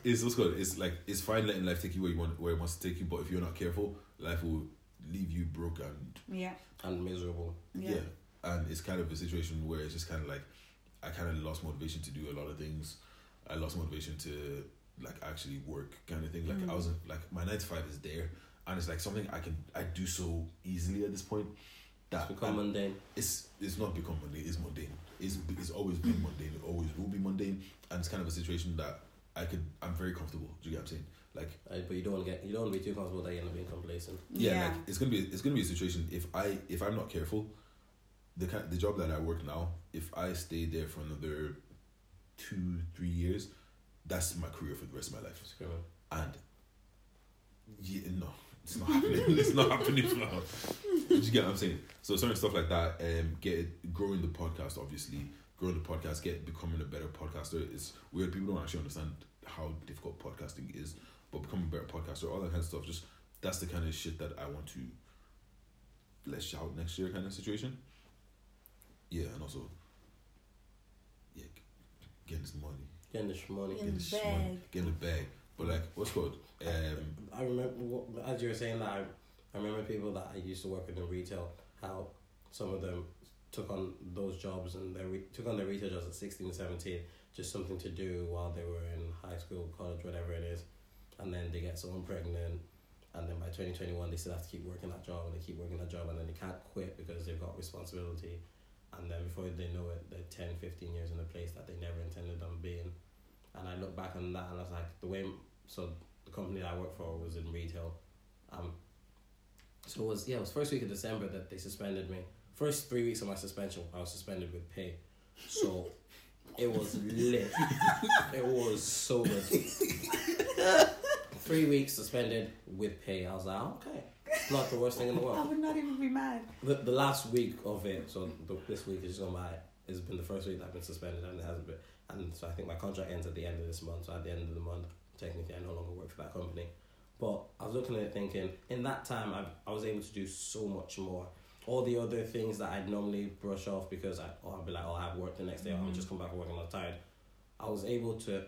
S1: it's what's called it's like it's fine letting life take you where you want where it wants to take you but if you're not careful life will leave you broke and
S2: yeah.
S3: and miserable.
S1: yeah, and it's kind of a situation where it's just kind of like I kind of lost motivation to do a lot of things I lost motivation to like actually work kind of thing like I
S2: Mm.
S1: was like my 9 to 5 is there and it's like something I can I do so easily at this point
S3: It's
S1: that
S3: become mundane.
S1: it's it's not become mundane. It's mundane. It's it's always been mundane. It always will be mundane, and it's kind of a situation that I could. I'm very comfortable. Do you get what I'm saying? Like
S3: Uh, but you don't want to get you don't want to be too comfortable that you end up being complacent.
S1: yeah, like it's gonna be it's gonna be a situation if I if I'm not careful, the kind the job that I work now, if I stay there for another two three years, that's my career for the rest of my life.
S3: Screw it.
S1: And yeah, no, it's not happening. it's not happening. Flo. Do you get what I'm saying? So certain stuff like that. Um, get it, growing the podcast. Obviously, growing the podcast. Get becoming a better podcaster. It's weird. People don't actually understand how difficult podcasting is. But becoming a better podcaster, all that kind of stuff. Just that's the kind of shit that I want to. Let's shout next year, kind of situation. Yeah, and also. Yeah, getting some money,
S3: Getting the money.
S2: In
S1: getting
S2: the
S1: this money,
S2: bag.
S1: getting the bag. But like, what's it called? Um,
S3: I remember what- as you were saying that I, I remember people that I used to work with in retail how some of them took on those jobs and they re- took on their retail jobs at 16 and 17 just something to do while they were in high school college whatever it is and then they get someone pregnant and then by 2021 they still have to keep working that job and they keep working that job and then they can't quit because they've got responsibility and then before they know it they're 10 15 years in a place that they never intended on being and I look back on that and I was like the way so the company that I worked for was in retail. Um, so it was yeah, it was first week of December that they suspended me. First three weeks of my suspension, I was suspended with pay. So it was lit. it was so lit. three weeks suspended with pay. I was like, "Ah, okay, it's not the worst thing in the
S2: I
S3: world.
S2: would not even be mad.
S3: The, the last week of it, so the, this week is gone by. It's been the first week that I've been suspended, and it hasn't been. And so I think my contract ends at the end of this month. So at the end of the month, technically, I no longer work for that company. But I was looking at it thinking, in that time, I, I was able to do so much more. All the other things that I'd normally brush off because I, oh, I'd be like, oh, I have work the next day, I'll
S2: Mhm.
S3: just come back from work and I'm tired. I was able to,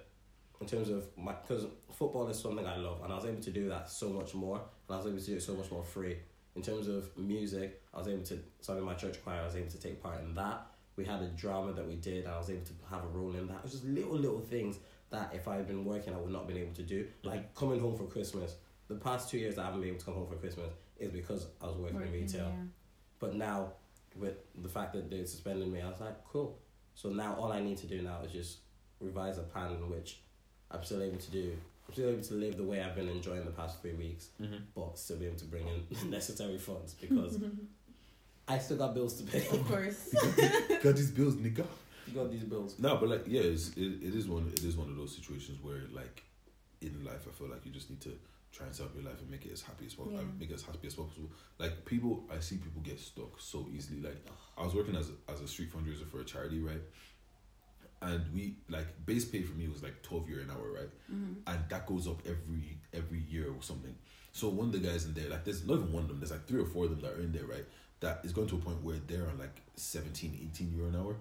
S3: in terms of my, because football is something I love, and I was able to do that so much more, and I was able to do it so much more free. In terms of music, I was able to, so I'm in my church choir, I was able to take part in that. We had a drama that we did, and I was able to have a role in that. It was just little, little things that if I had been working, I would not have been able to do. Like coming home for Christmas. The past two years, I haven't been able to come home for Christmas is because I was working, in retail. But now, with the fact that they suspended me, I was like, cool. So now all I need to do now is just revise a plan in which I'm still able to do. I'm still able to live the way I've been enjoying the past three weeks, but still be able to bring in the necessary funds because I still got bills to pay.
S2: Of course.
S1: got these bills, nigga.
S3: you got these bills.
S1: No, but like yeah, it's, it, it is one it is one of those situations where like in life I feel like you just need to try and set up your life and make it as happy as possible.
S2: Yeah.
S1: and Make it as happy as possible. Like people, I see people get stuck so easily. Like I was working as a, as a street fundraiser for a charity, right? And we like base pay for me was like twelve euro an hour, right?
S2: Mm-hmm.
S1: And that goes up every every year or something. So one of the guys in there, like there's not even one of them. There's like three or four of them that are in there, right? That is going to a point where they're on like 17, 18 euro an hour,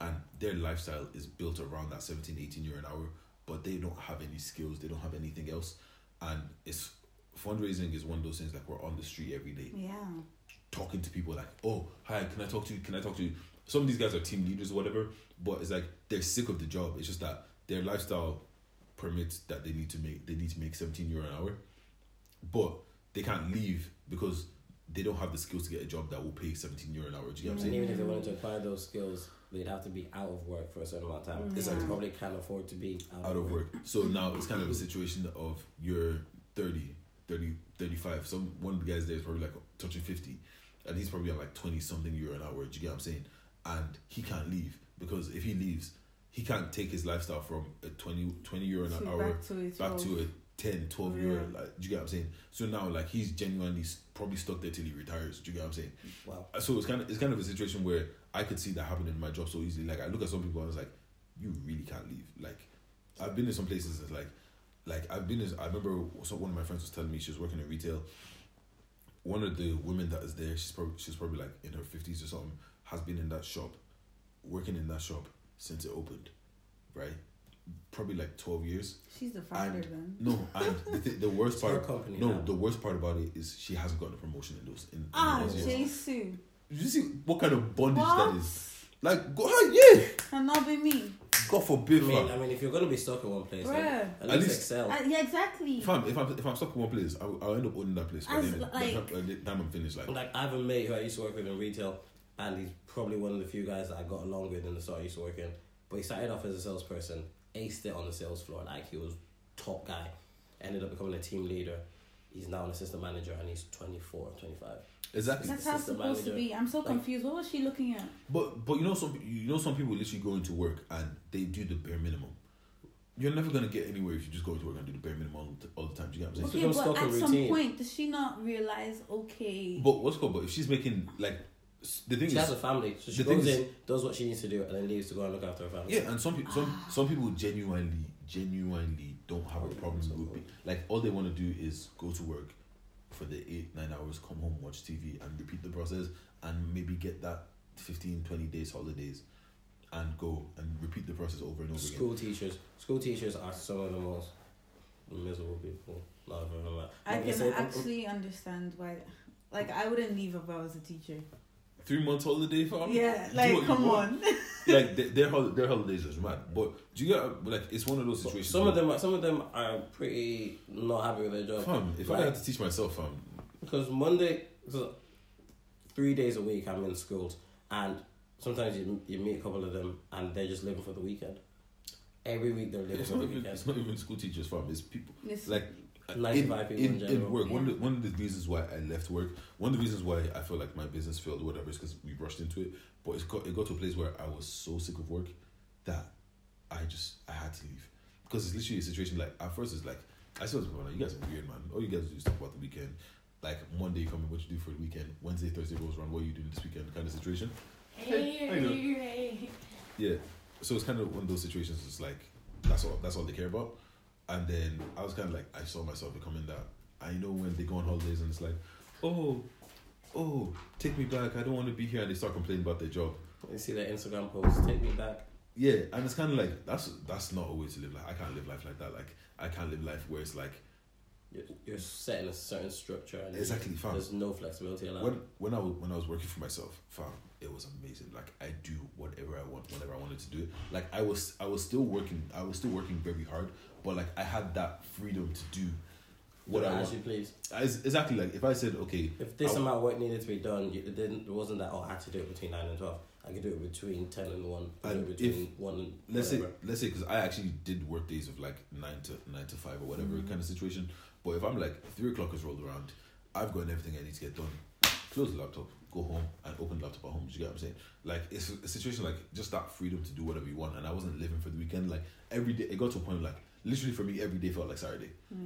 S1: and their lifestyle is built around that 17, 18 euro an hour. But they don't have any skills. They don't have anything else, and it's fundraising is one of those things like we're on the street every day
S2: Yeah.
S1: talking to people like, oh, hi, can I talk to you? Can I talk to you? Some of these guys are team leaders or whatever, but it's like they're sick of the job. It's just that their lifestyle permits that they need to make they need to make seventeen euro an hour, but they can't leave because they don't have the skills to get a job that will pay seventeen euro an hour. Do you get what I'm
S3: And
S1: saying?
S3: even if they wanted to acquire those skills, they'd have to be out of work for a certain amount of time.
S2: Exactly.
S3: They probably can't afford to be out,
S1: Out of work. So now it's kind of a situation of you're 30, 30, 35. Some one of the guys there is probably like touching fifty, and he's probably on like twenty something euro an hour. Do you get what I'm saying? and he can't leave because if he leaves, he can't take his lifestyle from a 20, 20 euro an
S2: So
S1: hour
S2: back to it.
S1: back to a 10, 12 euro.
S2: Yeah.
S1: Like, do you get what I'm saying? So now, like, he's genuinely s- probably stuck there till he retires. Do you get what I'm saying?
S3: Wow.
S1: So it's kind of it's kind of a situation where I could see that happening in my job so easily. Like, I look at some people and it's like, you really can't leave. Like, I've been in some places that's like, like I've been. In, I remember so one of my friends was telling me she was working in retail. One of the women that is there, she's probably she's probably like in her fifties or something, has been in that shop, working in that shop since it opened, right? Probably like twelve years.
S2: She's the founder
S1: And-
S2: then.
S1: No, and the, th- the worst
S3: It's her
S1: part.
S3: company.
S1: No,
S3: now.
S1: the worst part about it is she hasn't gotten a promotion in those. In, in
S2: Ah,
S1: those years.
S2: Jesus.
S1: Did you see what kind of bondage
S2: What?
S1: that is? Like, go, ah, yeah,
S2: And not be me.
S1: God forbid,
S3: I
S1: fam.
S3: mean, I mean, if you're gonna be stuck in one place, then
S2: Bruh.
S3: at,
S1: At
S3: least
S1: least-
S3: excel.
S2: Uh, yeah, exactly.
S1: If I'm if I'm if I'm stuck in one place, I'll, I'll end up owning that place. By the
S2: As
S1: end of-
S2: like-
S1: by the time I'm finished, like
S3: Like I have a mate who I used to work with in retail, and he's probably one of the few guys that I got along with in the store I used to work in. But he started off as a salesperson, aced it on the sales floor, like he was top guy. Ended up becoming a team leader. He's now an assistant manager, and he's 24, 25.
S1: exactly.
S2: That's how it's
S3: Sister
S2: supposed to
S3: manager.
S2: be. I'm so
S3: Like-
S2: confused. What was she looking at?
S1: But but you know some you know some people literally go into work and they do the bare minimum. You're never gonna get anywhere if you just go into work and do the bare minimum all the, all the time. Do you get what I'm saying?
S3: It's
S2: Okay,
S3: become
S2: but
S3: stock
S2: at
S3: and
S2: some
S3: routine.
S2: point, does she not realize? Okay,
S1: But what's cool? But if she's making like s- the thing
S3: She
S1: is,
S3: has a family, so
S1: the
S3: she
S1: thing
S3: goes
S1: is-
S3: in, does what she needs to do, and then leaves to go and look after her family.
S1: Yeah, and some people, some some people genuinely, genuinely don't have a problem with it. Like all they want to do is go to work for the eight nine hours, come home, watch TV, and repeat the process, and maybe get that 15, 20 days holidays, and go and repeat the process over and over again.
S3: School teachers. School teachers are some of the most miserable people. Not ever ever met.
S2: I
S3: Like
S2: can
S3: said,
S2: actually understand why. Like, I wouldn't leave if I was a teacher.
S1: Three months holiday, fam.
S2: yeah,
S1: Do what
S2: like
S1: Oh, you
S2: come
S1: want.
S2: on.
S1: Like their their, hol- their holidays is mad, but do you get like it's one of those
S3: but
S1: situations.
S3: some of
S1: where-
S3: them, are, some of them are pretty not happy with their job
S1: fam. If I had to teach myself, fam,
S3: because Monday, so three days a week, I'm in schools, and sometimes you you meet a couple of them, and they're just living for the weekend. Every week they're living
S1: it's
S3: for
S1: not
S3: the
S1: even
S3: weekend.
S1: it's not even school teachers, fam. It's people.
S2: It's
S1: like
S3: Nice vibe people in
S1: in,
S3: general.
S1: work. One, of the, one of the reasons why I left work, one of the reasons why I feel like my business failed, whatever, is because we rushed into it. But it's got, it got to a place where I was so sick of work that I just I had to leave because it's literally a situation like at first it's like I said to people like you guys are weird man. All you guys do is talk about the weekend. Like Monday, you come in, what you do for the weekend. Wednesday, Thursday rolls around, what are you doing this weekend? Kind of situation.
S4: Hey,
S1: How you doing?
S4: hey, hey.
S1: Yeah. So it's kind of one of those situations. It's like that's all that's all they care about. And then I was kind of like I saw myself becoming that. I know when they go on holidays and it's like, oh, oh, take me back. I don't want to be here. And they start complaining about their job.
S3: You see their Instagram posts, take me back.
S1: Yeah, and it's kind of like that's that's not a way to live. Like I can't live life like that. Like I can't live life where it's like
S3: You're, you're set in a certain structure, and you-
S1: exactly fam.
S3: There's no flexibility allowed.
S1: When when I was when I was working for myself, fam, it was amazing. Like I do whatever I want, whenever I wanted to do it. Like I was I was still working. I was still working very hard, but like I had that freedom to do what I
S3: as
S1: want.
S3: you please.
S1: I- it's exactly like if I said okay,
S3: If this
S1: I-
S3: amount of work needed to be done, you, it didn't. It wasn't that. Oh, I had to do it between nine and twelve. I could do it between ten and one. I could do it
S1: And
S3: between one and
S1: let's
S3: whatever.
S1: say let's say because I actually did work days of like nine to nine to five or whatever kind of situation. But if I'm like three o'clock has rolled around, I've gotten everything I need to get done. Close the laptop, go home, and open the laptop at home. Do you get what I'm saying? Like it's a situation like just that freedom to do whatever you want. And I wasn't living for the weekend. Like every day, it got to a point like literally for me, every day felt like Saturday.
S2: yeah.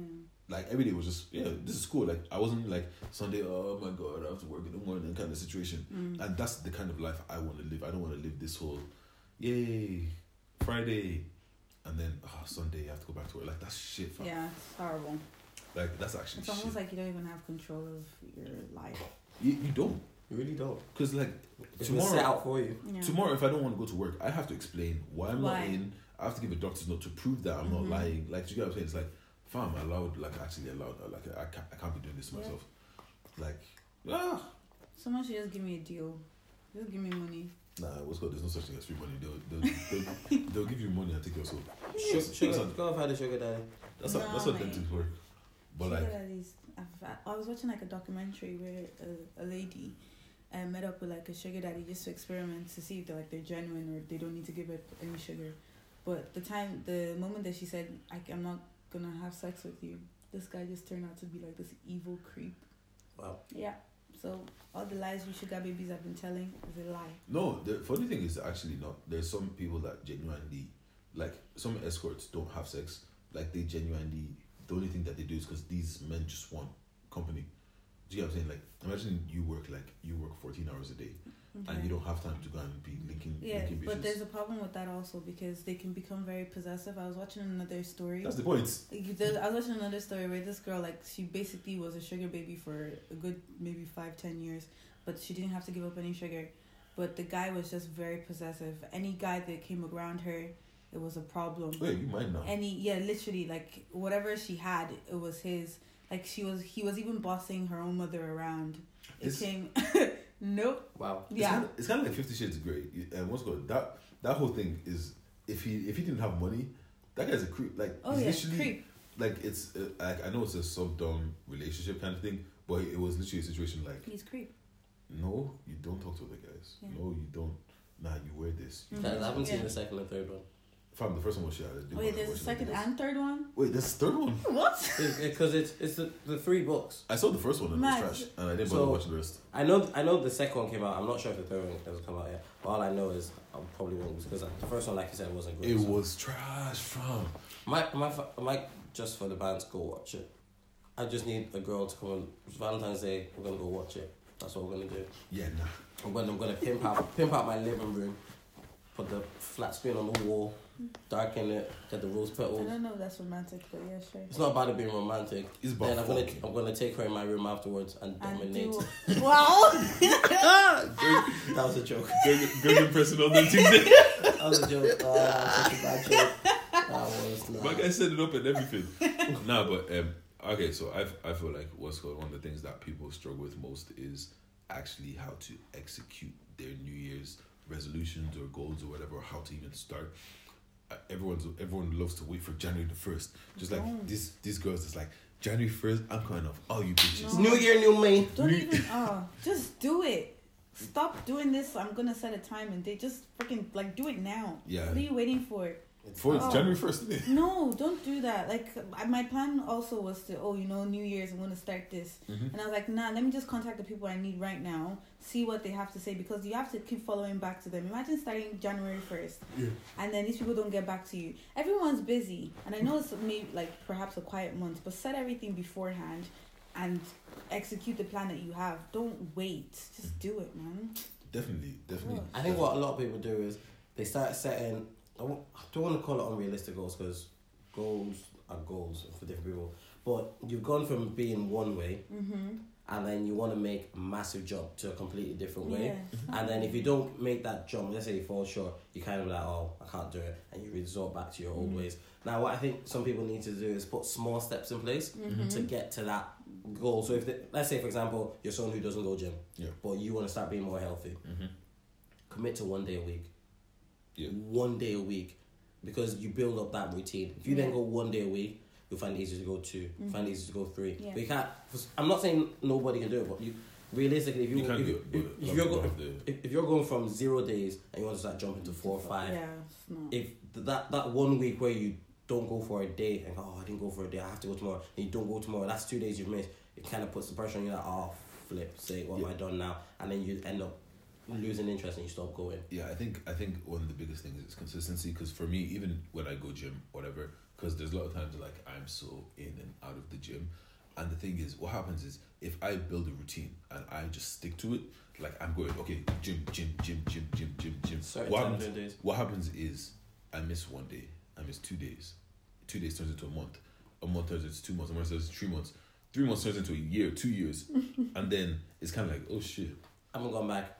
S1: like every day was just yeah, this is cool. Like I wasn't like Sunday, oh my god, I have to work in the morning kind of situation.
S2: mm.
S1: And that's the kind of life I want to live. I don't want to live this whole, yay, Friday, and then oh, Sunday I have to go back to work. Like that's shit. fam.
S2: Yeah, it's horrible.
S1: Like that's actually
S2: It's
S1: shit. Oh,
S2: almost like you don't even have control of your life.
S1: you, you don't
S3: You really don't.
S1: because like
S3: It's been set
S1: tomorrow
S3: out for you.
S2: Yeah.
S1: tomorrow if I don't want to go to work, I have to explain why I'm
S2: Why?
S1: not in. I have to give a doctor's note to prove that I'm
S2: Mhm.
S1: not lying. Like do you get what I'm saying? It's like, fam, I allowed. Like actually allowed. uh, Like I can't, I can't be doing this to
S2: Yeah.
S1: myself. Like ah.
S2: Someone should just give me a deal. Just give me money.
S1: Nah, what's called? There's no such thing as free money. They'll they'll, they'll, they'll give you money and take your soul.
S3: Sugar,
S1: That's
S3: sugar,
S1: how
S3: go and find a sugar daddy.
S1: that's how, that's how
S2: No,
S1: dentists work. But
S2: Sugar
S1: like,
S2: daddies, I've, uh, I- I was watching like a documentary where a, a lady uh, met up with like a sugar daddy just to experiment to see if they're like they're genuine or they don't need to give it any sugar. But the time, the moment that she said, I, "I'm not gonna have sex with you," this guy just turned out to be like this evil creep.
S3: Wow.
S2: Yeah. So all the lies we sugar babies have been telling is a lie.
S1: no, the funny thing is actually not. There's some people that genuinely, like, some escorts don't have sex. Like they genuinely, the only thing that they do is because these men just want company. Do you get what I'm saying? Like, imagine you work like you work 14 hours a day and you don't have time to go and be linking
S2: Yeah,
S1: linking
S2: but there's
S1: bitches.
S2: a problem with that also because they can become very possessive. I was watching another story.
S1: That's the point.
S2: Like, there- I was watching another story where this girl, like, she basically was a sugar baby for a good maybe five, ten years, but she didn't have to give up any sugar. But the guy was just very possessive. Any guy that came around her, it was a problem.
S1: Wait, you mind now?
S2: Any, yeah, literally, like, whatever she had, it was his. Like, she was, he was even bossing her own mother around. It
S1: It's-
S2: came, nope,
S3: Wow.
S1: It's
S2: yeah.
S1: kinda, it's kind of like Fifty Shades of Grey. You- And what's called that that whole thing is if he if he didn't have money, that guy's a creep. Like
S2: Oh,
S1: he's
S2: yeah,
S1: literally
S2: creep.
S1: like it's uh, like I know it's a sub dumb relationship kind of thing, but it was literally a situation like
S2: He's creep.
S1: no, you don't talk to other guys.
S2: Yeah.
S1: No, you don't. Nah, you wear this. You
S2: Mhm.
S1: wear
S3: Guys, I haven't
S1: this.
S3: seen
S2: Yeah.
S3: the second and third one.
S1: Fam, the first one was shit. I didn't
S2: Wait,
S1: wanna
S2: Oh, there's
S1: watch
S2: a
S1: it like
S2: second
S1: this.
S2: and third one?
S1: Wait, there's a third one.
S2: What?
S3: Because it's it's the, the three books.
S1: I saw the first one and it was
S2: Mad.
S1: trash, and I didn't
S3: So-
S1: bother watching the rest.
S3: I know I know the second one came out. I'm not sure if the third one has come out yet. But all I know is I probably won't because the first one, like you said, wasn't good.
S1: It
S3: so.
S1: was trash, fam.
S3: My my fa- my just for the bands go watch it. I just need a girl to come on it's Valentine's Day. We're gonna go watch it. That's what we're gonna do.
S1: Yeah, nah.
S3: I'm gonna I'm gonna pimp out pimp out my living room, put the flat screen on the wall,
S2: Mm-hmm.
S3: darken it, get the rose
S2: I
S3: petals.
S2: don't know if that's romantic, but yeah, sure.
S3: It's not about it being romantic.
S1: It's about
S3: Then I'm gonna
S1: fucking.
S3: I'm gonna take her in my room afterwards and
S2: And
S3: dominate.
S2: do wow.
S3: that was a joke.
S1: Girl, girl impressing on them Tuesday.
S3: That was a joke. Ah, that was such a bad joke. That was
S1: My
S3: not.
S1: guy set it up and everything. nah, but um, okay, so I I feel like what's called one of the things that people struggle with most is actually how to execute their New Year's resolutions or goals or whatever, or how to even start. Uh, Everyone's everyone loves to wait for January the first. Just like
S2: Don't.
S1: these these girls, it's like January first. I'm coming off all you bitches.
S2: No.
S3: New year, new me.
S2: Don't even oh, just do it. Stop doing this. I'm gonna set a time and they just freaking like do it now.
S1: Yeah.
S2: What are you waiting for?
S1: For it's
S2: Oh.
S1: January first, isn't it?
S2: No, don't do that. Like I- my plan also was to oh you know New Year's I'm gonna start this
S1: Mhm.
S2: and I was like nah let me just contact the people I need right now see what they have to say because you have to keep following back to them. Imagine starting January first
S1: Yeah.
S2: and then these people don't get back to you. Everyone's busy, and I know it's maybe like perhaps a quiet month, but set everything beforehand and execute the plan that you have. Don't wait, just do it, man.
S1: Definitely, definitely.
S2: Oh.
S3: I think what a lot of people do is they start setting. I won't- I don't want to call it unrealistic goals because goals are goals for different people. But you've gone from being one way,
S2: Mhm.
S3: and then you want to make a massive jump to a completely different way.
S2: Yeah.
S3: And then if you don't make that jump, let's say you fall short, you kind of like, oh, I can't do it, and you resort back to your old
S2: Mhm.
S3: ways. Now, what I think some people need to do is put small steps in place
S1: Mm-hmm.
S2: Mm-hmm.
S3: to get to that goal. So if they, let's say, for example, you're someone who doesn't go gym,
S1: Yeah.
S3: but you want to start being more healthy,
S1: Mhm.
S3: commit to one day a week.
S1: Yeah.
S3: One day a week, because you build up that routine. If you then
S2: Yeah. Mm-hmm.
S3: go one day a week, you'll find it easier to go 2 you'll find it easier to go three.
S2: Yeah.
S3: But you can't. I'm not saying nobody can do it, but you realistically, if you,
S1: You can't
S3: if,
S1: do it,
S3: if,
S1: but
S3: if
S1: a lot
S3: you're
S1: of people
S3: go,
S1: have the-
S3: if, if you're going from zero days and you want to start jumping
S2: Mm-hmm.
S3: to four or five,
S2: Yeah, it's not.
S3: if th- that that one week where you don't go for a day and oh I didn't go for a day I have to go tomorrow and you don't go tomorrow that's two days you've missed it kind of puts the pressure on you like oh flip say what have I done now and then you end up losing interest and you stop going.
S1: Yeah, I think I think one of the biggest things is consistency. Because for me, even when I go gym, whatever, because there's a lot of times like I'm so in and out of the gym, and the thing is, what happens is if I build a routine and I just stick to it, like I'm going okay, gym, gym, gym, gym, gym, gym, gym.
S3: Certain
S1: what
S3: times
S1: happens?
S3: of days.
S1: What happens is I miss one day, I miss two days, two days turns into a month, a month turns into two months, a month turns into three months, three months turns into a year, two years, and then it's kind of like oh shit.
S3: I haven't gone back.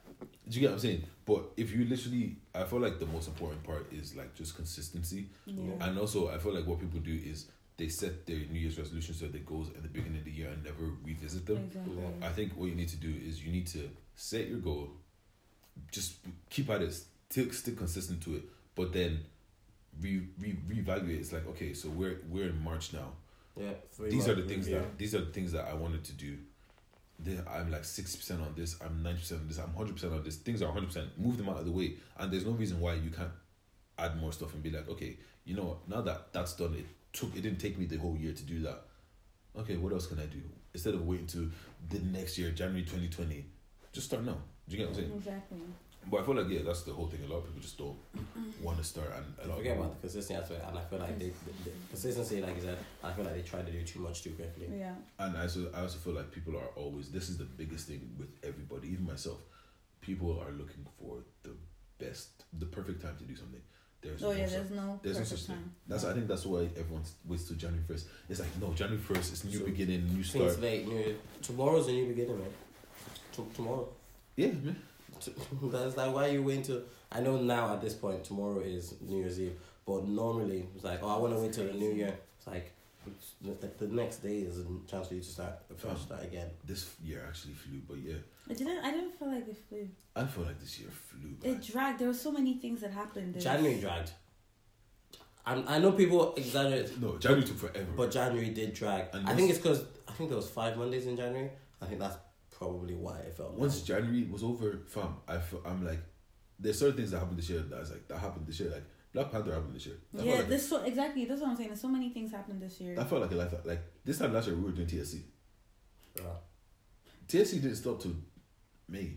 S1: Do you get what I'm saying? But if you literally, I feel like the most important part is like just consistency,
S2: Yeah.
S1: and also I feel like what people do is they set their New Year's resolutions or their goals at the beginning of the year and never revisit them.
S2: Exactly.
S1: I think what you need to do is you need to set your goal, just keep at it, stick stick consistent to it, but then re re reevaluate. It's like okay, so we're we're in March now.
S3: Yeah. three
S1: These are
S3: months.
S1: the things
S3: Yeah.
S1: that these are the things that I wanted to do. There- I'm like sixty percent on this. I'm ninety percent on this. I'm hundred percent on this. Things are hundred percent. Move them out of the way, and there's no reason why you can't add more stuff and be like, okay, you know, what? now that that's done, it took it didn't take me the whole year to do that. Okay, what else can I do instead of waiting to the next year, January twenty twenty? Just start now. Do you get what I'm
S3: Mm-hmm.
S1: saying?
S2: Exactly.
S1: But I feel like yeah, that's the whole thing. A lot of people just don't want to start, and a lot
S3: Forget
S1: of
S3: about the consistency aspect, and I feel like they, the, the consistency, like you said, I feel like they try to do too much too quickly.
S2: Yeah.
S1: and I also, I also feel like people are always this is the biggest thing with everybody even myself people are looking for the best the perfect time to do something there's
S2: Oh
S1: no
S2: yeah.
S1: such-
S2: There's no
S1: there's no
S2: perfect
S1: such thing.
S2: time.
S1: that's I think that's why everyone waits till January first it's like no January first it's new
S3: So-
S1: beginning new
S3: Things
S1: start
S3: like new. Tomorrow's a new beginning, man. T- tomorrow.
S1: yeah man.
S3: T- That's like why you wait till. I know now at this point tomorrow is New Year's Eve, but normally it's like oh I want to wait till the New Year. It's like it's- the, the next day is a chance for you to start fresh start again.
S1: this year actually flew but yeah
S2: I didn't. I didn't feel like it flew.
S1: I feel like this year flew by.
S2: It dragged. There were so many things that happened. There was-
S3: January dragged. I I know people exaggerate,
S1: no January took forever
S3: but January did drag.
S1: And
S3: I think
S1: once-
S3: it's because I think there was five Mondays in January. I think that's probably why it felt.
S1: once
S3: long.
S1: January was over, fam, I f- I'm like, there's certain things that happened this year that's like that happened this year, like Black Panther happened this year. That felt
S2: Yeah.
S1: like a-
S2: This so exactly. That's what I'm saying. There's so many things happened this year.
S1: that felt like a life. Like this time last year, we were doing TSC.
S3: Yeah.
S1: TSC didn't stop till May.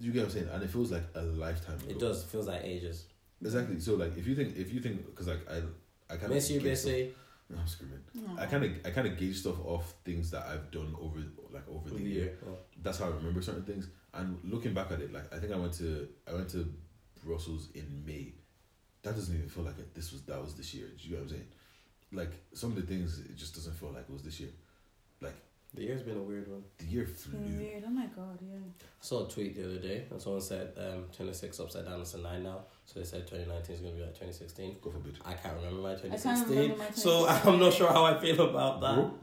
S1: Do you get what I'm saying? And it feels like a lifetime.
S3: it
S1: ago.
S3: does feels like ages.
S1: exactly. So like, if you think, if you think, because like I, I kind of
S3: Miss you, Bessie.
S1: No, I'm screaming.
S2: Aw.
S1: I kind of, I kind of gauge stuff off things that I've done over, like over the year.
S3: Yeah.
S1: that's how I remember certain things. And looking back at it, like I think I went to I went to Brussels in May. That doesn't even feel like it, this was that was this year. Do you know what I'm saying? Like some of the things, it just doesn't feel like it was this year.
S3: The year's been a weird one.
S1: The year
S2: It's been
S1: flew.
S2: Weird. Oh my god. Yeah.
S3: I saw a tweet the other day, and someone said um, 26 upside down is a 9 now. So they said 2019 is going to be like 2016.
S1: God forbid.
S3: I can't remember my
S2: can't
S3: 2016.
S2: remember my
S3: So
S2: 2016.
S3: I'm not sure how I feel about that.
S1: Bro,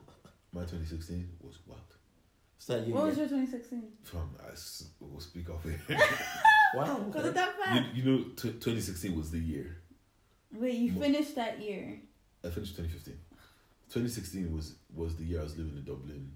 S1: my 2016 was wild.
S3: Is that you?
S2: What was your 2016?
S1: From I s- will speak of it.
S2: Because
S3: wow. okay.
S2: Oh, of that
S1: you,
S2: fact.
S1: you know, t- 2016 was the year.
S2: Wait, you
S1: Mo-
S2: finished that year.
S1: I finished 2015. 2016 was was the year I was living in Dublin.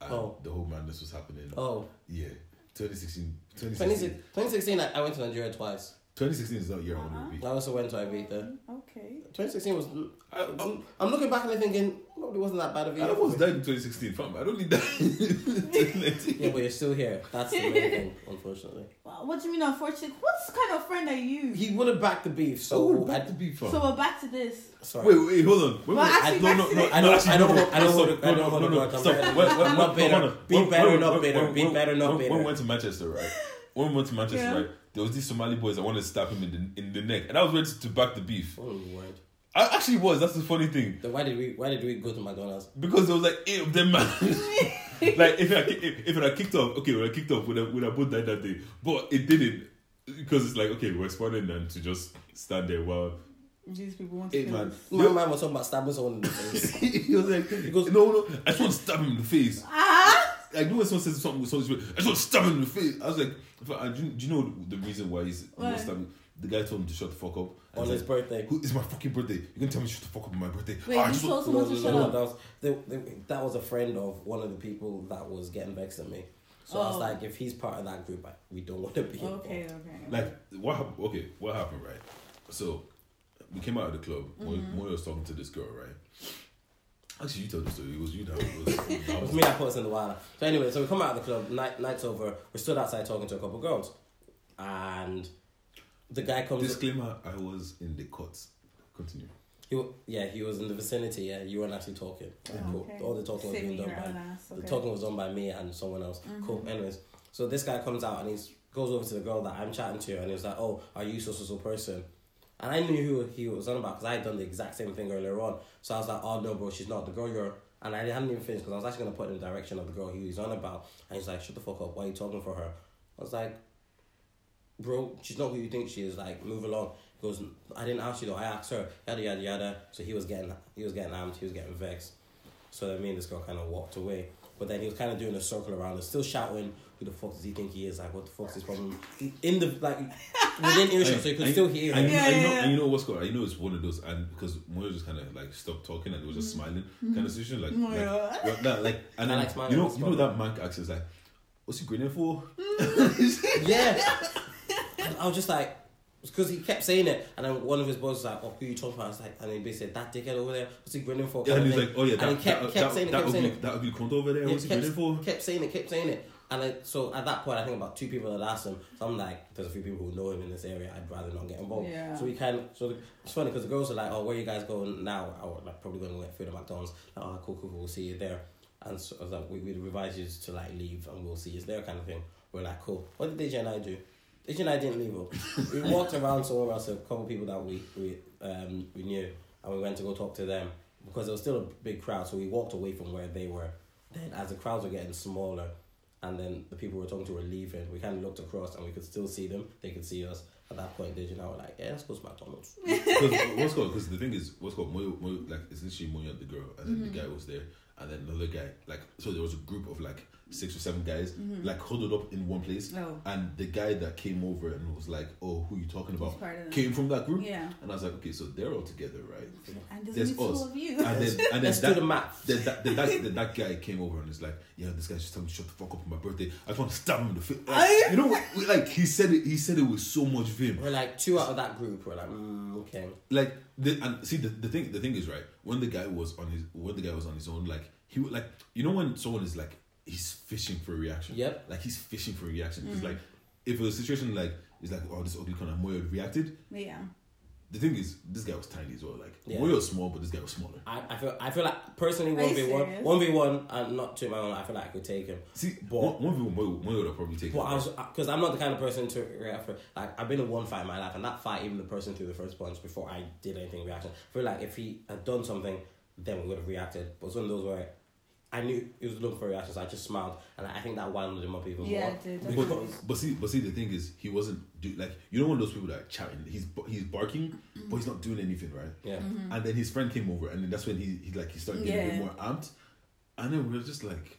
S1: And
S3: Oh.
S1: the whole madness was happening.
S3: Oh,
S1: Yeah, 2016.
S3: 26
S1: 2016,
S3: 2016, I, I went to Nigeria twice.
S1: 2016 is not year I want to be.
S3: I also went to Ibiza.
S2: Okay.
S3: 2016 was. I, I'm, I'm looking back and I'm thinking, probably wasn't that bad of a year.
S1: I
S3: for
S1: almost
S3: me.
S1: died in 2016, fam. I don't need that.
S3: Yeah, but you're still here. That's the main thing, unfortunately.
S2: Well, what do you mean, unfortunate? What kind of friend are you?
S3: He would have backed the beef,
S1: so
S3: so.
S1: we're Oh, back
S3: I,
S1: to be fam.
S2: so we're back to this.
S3: sorry.
S1: wait, wait, hold on. Wait,
S2: Well,
S1: wait.
S2: actually,
S1: no,
S2: back
S1: no,
S2: to
S1: no,
S2: this.
S3: I don't,
S1: actually,
S3: I
S1: no,
S3: don't, hold- I don't
S1: no,
S3: hold, I
S1: no,
S3: don't hold
S1: no,
S3: a
S1: no,
S3: grudge. I'm
S1: stop.
S3: better-
S1: Wait, wait,
S3: I'm not
S1: wait, hold
S3: bitter.
S1: on.
S3: Be
S1: When-
S3: better,
S1: when-
S3: not
S1: when-
S3: bitter.
S1: when-
S3: Be
S1: when-
S3: better, not
S1: when- When we
S3: bitter.
S1: went to Manchester, right? When we went to Manchester,
S2: Yeah.
S1: right? There was these Somali boys that wanted to stab him in the, in the neck, and I was ready to back the beef.
S3: Oh, we weren't.
S1: I actually was. That's the funny thing
S3: Then why did we? Why did we go to McDonald's?
S1: because there was like eight of them, man. like if I ki- if, if it had kicked off, okay, when I kicked off, would I would I both died that day? But it didn't because it's like okay, we're spawning and to just stand there while
S2: These people want to
S1: eight
S2: kill
S1: man.
S2: us.
S3: My man was talking about stabbing someone in the face.
S1: he was like, he goes, no, no, I just want to stab him in the face.
S2: Ah!
S1: Like, no, when someone says something with someone's face, I just want to stab him in the face. I was like, "If I- do you, do you know the reason why he's I'm
S2: Why?
S1: not stabbing? The guy told him to shut the fuck up. And
S3: on
S1: he's
S3: his
S1: like,
S3: birthday.
S1: who, it's my fucking birthday. You can tell me to shut the fuck up on my birthday.
S2: Wait,
S1: Ah, I
S2: you
S1: just want-
S2: told someone to shut
S3: no,
S2: up.
S3: That was, they- they- that was a friend of one of the people that was getting vexed at me. So I was
S2: Oh.
S3: like, if he's part of that group, I, we don't want to be. involved.
S2: Okay, okay.
S1: like what happened okay what happened right
S2: Mm-hmm.
S1: so we came out of the club mm was talking to this girl right Actually, you told the story. It was you that was.
S3: It was me I put us in the water. So anyway, so we come out of the club, night night's over, we're stood outside talking to a couple girls. And the guy comes
S1: Disclaimer: I was in the courts. Continue.
S3: he, wa- yeah, he was in the vicinity, yeah. You weren't actually talking. Cool.
S2: Oh, Okay.
S3: All the talking was
S2: Save
S3: being
S2: me
S3: done
S2: your
S3: by
S2: own ass,
S3: The
S2: okay. Mm-hmm.
S3: talking was done by me and someone else. Cool. Anyways, so this guy comes out and he goes over to the girl that I'm chatting to, and he was like, "Oh, are you so so so person?" And I knew who he was on about because I had done the exact same thing earlier on. So I was like, "Oh no, bro, she's not the girl you're." And I hadn't even finished because I was actually gonna put in the direction of the girl he was on about, and he's like, "Shut the fuck up! Why are you talking for her?" I was like, "Bro, she's not who you think she is. Like, move along." He goes, "I didn't ask you though. I asked her." Yada yada yada. So he was getting he was getting amped. He was getting vexed. So then me and this girl kind of walked away. But then he was kind of doing a circle around us, still shouting, "Who the fuck does he think he is? Like, what the fuck's his problem?" In the like, within earshot, so you could
S1: And-
S3: still hear.
S1: And
S3: him.
S1: you, know, and, you
S2: Yeah, yeah,
S1: know,
S2: yeah.
S1: and you know what's going on? You know it's one of those, and because Moyo just kind of like stopped talking and was just
S2: Mm.
S1: smiling
S2: Mm-hmm.
S1: kind of situation. Like,
S2: Moyo.
S1: like, well, no, like, and
S3: I
S1: then,
S3: like smiling
S1: you know,
S3: as
S1: you know
S3: well.
S1: that man accent is like, what's he grinning for?
S2: Mm.
S3: Yeah. And I was just like, because he kept saying it, and then one of his boys was like, "Oh, who you talking about?" I was like, and he basically said, "That dickhead over there, what's he grinning for?"
S1: Yeah,
S3: kind
S1: and
S3: of
S1: he's like,
S3: thing.
S1: oh yeah, that,
S3: and he kept
S1: that,
S3: kept
S1: that,
S3: saying it,
S1: that
S3: kept saying
S1: ugly,
S3: it.
S1: that ugly cunt over there.
S3: Yeah,
S1: what's he
S3: kept,
S1: grinning for?
S3: kept saying it, kept saying it. And I, so at that point, I think about two people had asked him. So I'm like, there's a few people who know him in this area. I'd rather not get involved.
S2: Yeah.
S3: So we kind of, so the, it's funny because the girls are like, oh, where you guys going now? I was like, probably going to get food at McDonald's. Like, oh, cool, cool, cool, we'll see you there. And so I was like, we, we'd advise you to like leave and we'll see you there kind of thing. We're like, cool. What did DJ and I do? DJ and I didn't leave up. we walked around somewhere else, a couple of people that we, we, um, we knew, and we went to go talk to them because there was still a big crowd. So we walked away from where they were. Then as the crowds were getting smaller, and then the people we were talking to were leaving, we kind of looked across and we could still see them. They could see us. At that point, DJ and I were like, yeah, let's go to McDonald's.
S1: Because what's called? Because the thing is, what's called? Moyo, Moyo, like it's literally Moyo and the girl, and then
S2: Mm-hmm.
S1: the guy was there, and then another guy. Like so, there was a group of like six or seven guys,
S2: Mm-hmm.
S1: like huddled up in one place.
S2: Oh.
S1: And the guy that came over and was like, "Oh, who you talking about?"
S2: part of them.
S1: Came from that group.
S2: Yeah.
S1: And I was like, "Okay, so they're all together, right?"
S2: And there's,
S1: There's
S2: only
S1: us.
S2: two of you.
S1: And then, and then
S3: Let's do
S1: that,
S3: the math.
S1: Then that, then that, then that guy came over and was like, "Yeah, this guy's just telling me to shut the fuck up on my birthday. I just want to stab him in the face." Like,
S2: I-
S1: you know, what? like he said it. He said it with so much vim.
S3: We're like two out of that group. We're like, mm, okay.
S1: like the and see the, the thing the thing is right when the guy was on his when the guy was on his own like he would like you know when someone is like he's fishing for a reaction
S3: Yep. Mm.
S1: like he's fishing for a reaction because like if a situation like it's like oh this ugly kind of Moyo reacted
S2: yeah.
S1: the thing is this guy was tiny as well like
S3: Yeah.
S1: Moyo was small but this guy was smaller
S3: I, I feel I feel like personally
S2: Are
S3: one
S2: you
S3: v one
S2: serious?
S3: one v one and not two man. I feel like I could take him.
S1: see one, one people Moyo, Moyo would have probably taken
S3: But
S1: it.
S3: I was because I'm not the kind of person to react for. Like I've been in one fight in my life, and that fight even the person threw the first punch before I did anything reaction. I feel like if he had done something, then we would have reacted. But it's one of those where I knew he was looking for reactions. I just smiled, and I think that wound him up even
S2: Yeah,
S3: more.
S2: it did.
S3: Because-
S1: But, but see, but see, the thing is, he wasn't do, like you know one of those people that are chatting. He's bu- he's barking, but he's not doing anything, right?
S3: Yeah.
S1: And then his friend came over, and then that's when he, he like he started getting a bit
S2: Yeah.
S1: more amped, and then we were just like,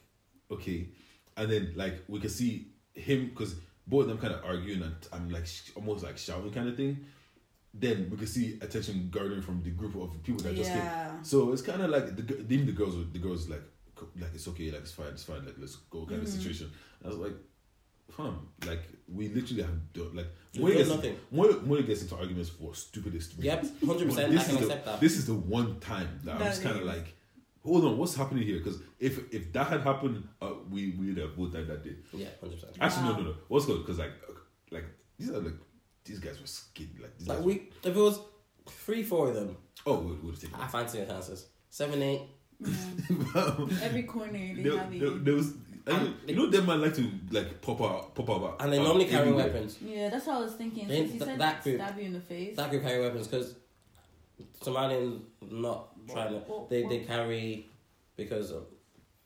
S1: okay, and then like we could see him because both of them kind of arguing and I'm like sh- almost like shouting kind of thing. Then we could see attention garnering from the group of people that just
S2: Yeah.
S1: came. So it's kind of like the gi- even the girls were- the girls like co- like it's okay like it's fine it's fine like let's go kind
S3: Mm-hmm.
S1: of situation. I was like fam, like we literally have done like
S3: We've
S1: Moyo
S3: done
S1: gets,
S3: nothing.
S1: Moyo, Moyo gets into arguments for stupidest
S3: Yep,
S1: reasons.
S3: 100%,
S1: This
S3: I can
S1: is the-
S3: accept that.
S1: This is the one time that, I'm
S2: That
S1: just kind of
S2: is-
S1: like, hold on, what's happening here? Because if if that had happened, uh, we we'd have both died that day.
S3: Yeah, hundred percent.
S1: Actually, no,
S2: Wow.
S1: no, no. What's good? Because like uh, like these are like these guys were skid like these
S3: Like
S1: guys.
S3: we, if it was three, four of them,
S1: were- oh, we would have taken.
S3: I fancy the chances. Seven, eight.
S1: it.
S2: Every corner they
S1: there,
S2: have
S1: there-
S2: you.
S1: there was. I
S3: And-
S1: you know, them man like to like pop out, pop out,
S3: And they
S1: out
S3: normally carry
S1: everywhere.
S3: weapons.
S2: Yeah, that's what I was thinking.
S3: Then
S2: Since you
S3: th-
S2: said
S3: that group-
S2: stab you in the face.
S3: That could carry weapons because Somalians not trying to. They, they carry because of,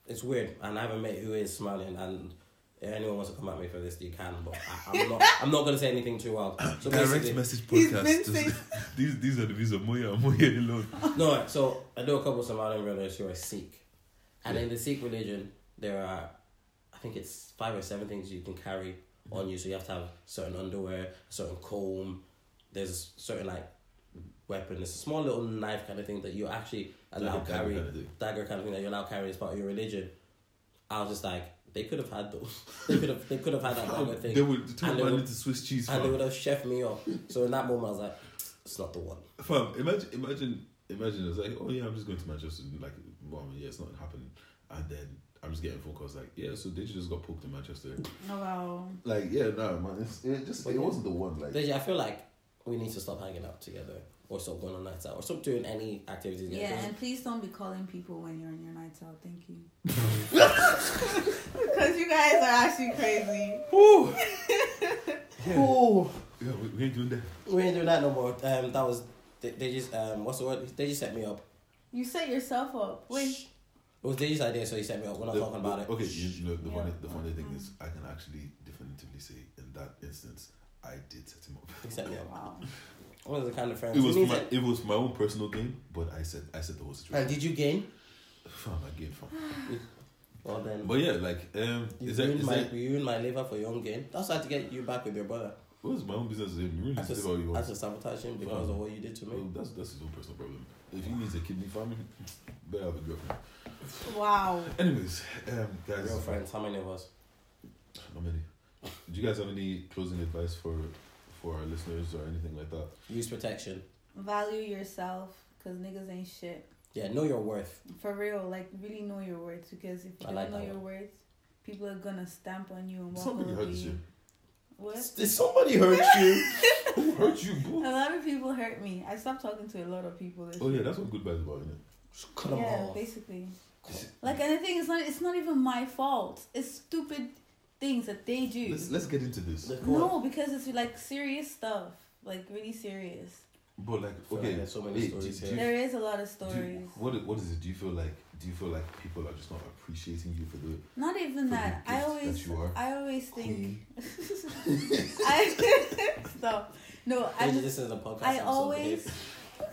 S3: it's weird, and I have a mate who is Somalian, and if anyone wants to come at me for this, you can. But I, I'm not. I'm not going to say anything too wild. So
S1: Direct
S3: basically,
S1: message
S2: He's been
S1: podcast. these these are the views of Moya and Moya alone.
S3: no. So I know a couple of Somalian brothers who are Sikh, and in the Sikh religion, there are, I think it's five or seven things you can carry on you. So you have to have certain underwear, certain comb. There's certain like weapon. It's a small little knife kind of thing that you actually allow
S1: Dagger, dagger
S3: carry
S1: kind of thing.
S3: dagger kind of thing that you're allowed carry as part of your religion. I was just like, they could have had those. They could have. They could have had that dagger thing.
S1: They would
S3: And
S1: turn
S3: they
S1: man
S3: would-
S1: into Swiss cheese.
S3: and
S1: fam.
S3: they would have chef me off. So in that moment, I was like, it's not the one.
S1: Fam, imagine, imagine, imagine. It's like, oh yeah, I'm just going to Manchester. and, Like, bomb. Yeah, it's not happening. And then I'm just getting phone calls like, yeah, so Deji just got poked in Manchester.
S2: Oh wow.
S1: Like, yeah, no, man, it's, it just it wasn't the one. Like,
S3: Deji, I feel like we need to stop hanging out together or stop going on nights out or stop doing any activities.
S2: Yeah,
S3: together.
S2: and please don't be calling people when you're on your nights out. Thank you. Because you guys are actually crazy.
S1: Whew. Whew. yeah, we, we ain't doing that.
S3: we ain't doing that no more. Um, that was they, they just um, what's the word? They just set me up.
S2: You set yourself up. Wait.
S3: Shh. It was Deji's idea, so he set me up. We're not
S1: The-
S3: talking about it.
S1: Okay, you know, the
S2: Yeah.
S1: funny the funny thing is, I can actually definitively say in that instance, I did set him up.
S3: He set me up.
S2: Wow.
S3: One of the kind of friends.
S1: It was
S3: We need
S1: my
S3: to-
S1: it was my own personal game, but I said I said the whole
S3: and
S1: situation.
S3: did you gain?
S1: Fam, I gained fam.
S3: Well then.
S1: But yeah, like um,
S3: You
S1: is that
S3: ruined,
S1: is
S3: my,
S1: that
S3: you ruined my liver for your own gain. That's why I had to get you back with your brother.
S1: what's my own business? You really
S3: I
S1: say
S3: just,
S1: what you
S3: I
S1: want.
S3: just sabotage him because of what you did to
S1: Well,
S3: me.
S1: that's that's his own personal problem. If he needs a kidney family, better have a girlfriend.
S2: Wow.
S1: Anyways, um, guys,
S3: Real friends, how many of us?
S1: how many? Do you guys have any closing advice for for our listeners or anything like that?
S3: Use protection.
S2: Value yourself because niggas ain't shit.
S3: Yeah, know your worth.
S2: For real. Like, really know your words because if you
S3: I
S2: don't
S3: like
S2: know
S3: that
S2: your words, people are going to stamp on you and walk
S1: Somebody
S2: over
S1: hurt
S2: you.
S1: you.
S2: What?
S3: Did somebody hurt you?
S1: Who hurt you,
S2: A
S1: boo?
S2: lot of people hurt me. I stopped talking to a lot of people. this
S1: Oh yeah,
S2: year.
S1: that's what goodbye is about, isn't it?
S3: Just cut 'em
S2: yeah,
S3: off.
S2: basically. Like, and the thing is, not, it's not even my fault. It's stupid things that they do.
S1: Let's let's get into this.
S3: The court.
S2: No, because it's like serious stuff, like really serious.
S1: But like,
S3: I feel like
S1: okay,
S3: there's so many
S1: hey, do-
S3: stories
S1: do
S3: here.
S1: you-
S2: There is a lot of
S1: Do you,
S2: stories.
S1: what what is it? Do you feel like do you feel like people are just not appreciating you for the
S2: Not
S1: for
S2: even
S1: the
S2: that. I
S1: gift
S2: always,
S1: that you are?
S2: I always think.
S1: Queen.
S2: I stop. No, I
S3: Deji,
S2: just
S3: this is a podcast.
S2: I
S3: episode,
S2: always-
S3: babe.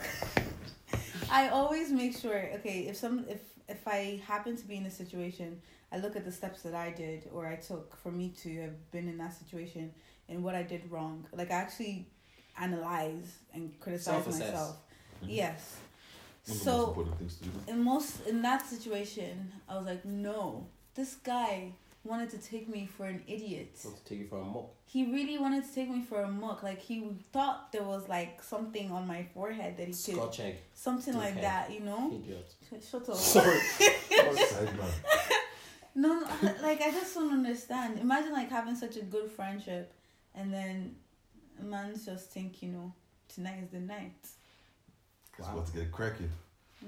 S2: I always make sure. Okay, if some if if I happen to be in a situation, I look at the steps that I did or I took for me to have been in that situation and what I did wrong. Like I actually analyze and criticize
S3: Self-assess.
S2: myself.
S1: Mhm.
S2: Yes.
S1: One of the most
S2: so
S1: important things to do.
S2: in most in that situation, I was like, no, this guy wanted to take me for an idiot.
S3: Let's take you for a mock.
S2: He really wanted to take me for a muck. Like he thought there was like something on my forehead that he could,
S3: Scotch egg.
S2: something like
S3: Okay.
S2: that, you know.
S3: Idiot.
S2: Shut up.
S3: Sorry.
S1: Side man.
S2: No, no, like I just don't understand. Imagine like having such a good friendship, and then a man's just think, you know, tonight is the night.
S1: It's
S3: Wow.
S1: about to get cracking.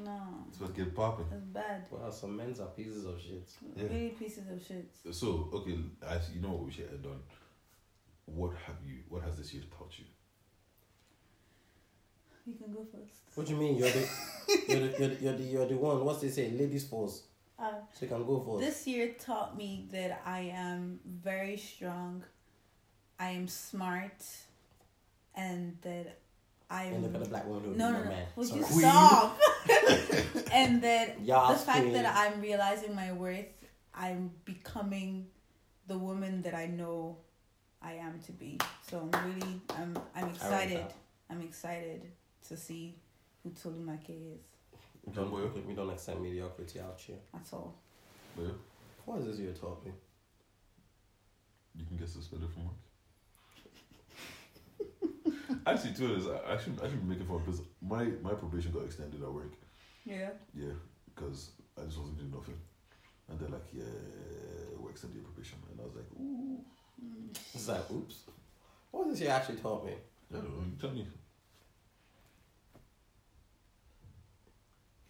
S2: No,
S1: It's about to get popping.
S2: that's bad.
S3: Wow, some men's are pieces of shit.
S1: Yeah.
S2: Really pieces of shit.
S1: So okay, I, you know what we should end on. What have you? What has this year taught you?
S2: You can go first.
S3: What do you mean? You're the, you're the, you're the, you're the, you're the one. What's they say? Ladies first.
S2: Uh,
S3: So you can go first.
S2: This year taught me that I am very strong, I am smart, and that I am.
S3: And look at the black woman who
S2: No,
S3: no,
S2: no, no.
S3: man.
S2: Would
S3: Sorry.
S2: you stop? and that
S3: Yas,
S2: the fact
S3: queen.
S2: that I'm realizing my worth, I'm becoming the woman that I know I am to be. So I'm really, I'm, I'm excited.
S3: that.
S2: I'm excited to see who Tolumake is
S3: Don't,
S1: Well,
S3: we don't accept mediocrity out here.
S2: at all.
S1: well,
S3: What is this you taught me?
S1: you can get suspended from work. Actually, too, is I, I should I should make it fun because my my probation got extended at work.
S2: Yeah.
S1: Yeah, because I just wasn't doing nothing, and they're like, yeah, we extended your probation, and I was like, ooh,
S2: Mm.
S3: It's like, oops. What is this you actually taught me?
S1: I don't know, tell me.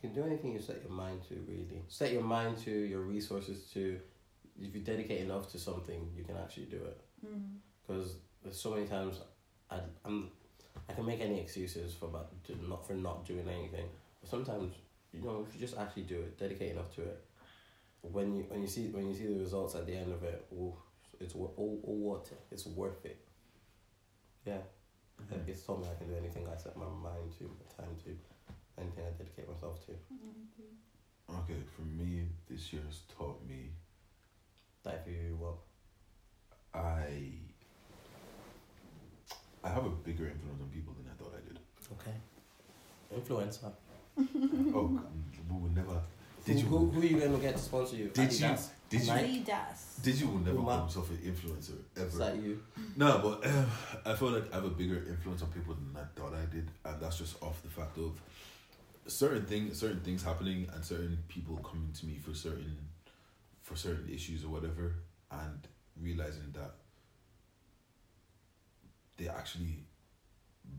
S3: You can do anything you set your mind to, really. Set your mind to, your resources to. If you dedicate enough to something, you can actually do it.
S2: Mm.
S3: Because there's so many times I, I'm, I can make any excuses for about to not for not doing anything. But sometimes you know if you just actually do it, dedicate enough to it. When you when you see when you see the results at the end of it, oh, it's all oh, oh, water. It's worth it. Yeah,
S1: Mhm.
S3: it's taught me I can do anything I set my mind to, my time to, anything I dedicate myself to.
S2: Mm-hmm.
S1: Okay, for me, this year has taught me
S3: That if you what
S1: I I have a bigger influence on people than I thought I did.
S3: okay, influencer.
S1: oh, we will never.
S3: Who,
S1: Did you?
S3: who, who are you gonna get to sponsor you?
S1: Did you?
S3: Adidas?
S1: Did you?
S3: Nike?
S2: Adidas.
S1: Did you will never
S3: Uma.
S1: call himself an influencer
S3: Is
S1: ever?
S3: that you?
S1: no, but um, I feel like I have a bigger influence on people than I thought I did, and that's just off the fact of certain things certain things happening and certain people coming to me for certain for certain issues or whatever and realizing that they actually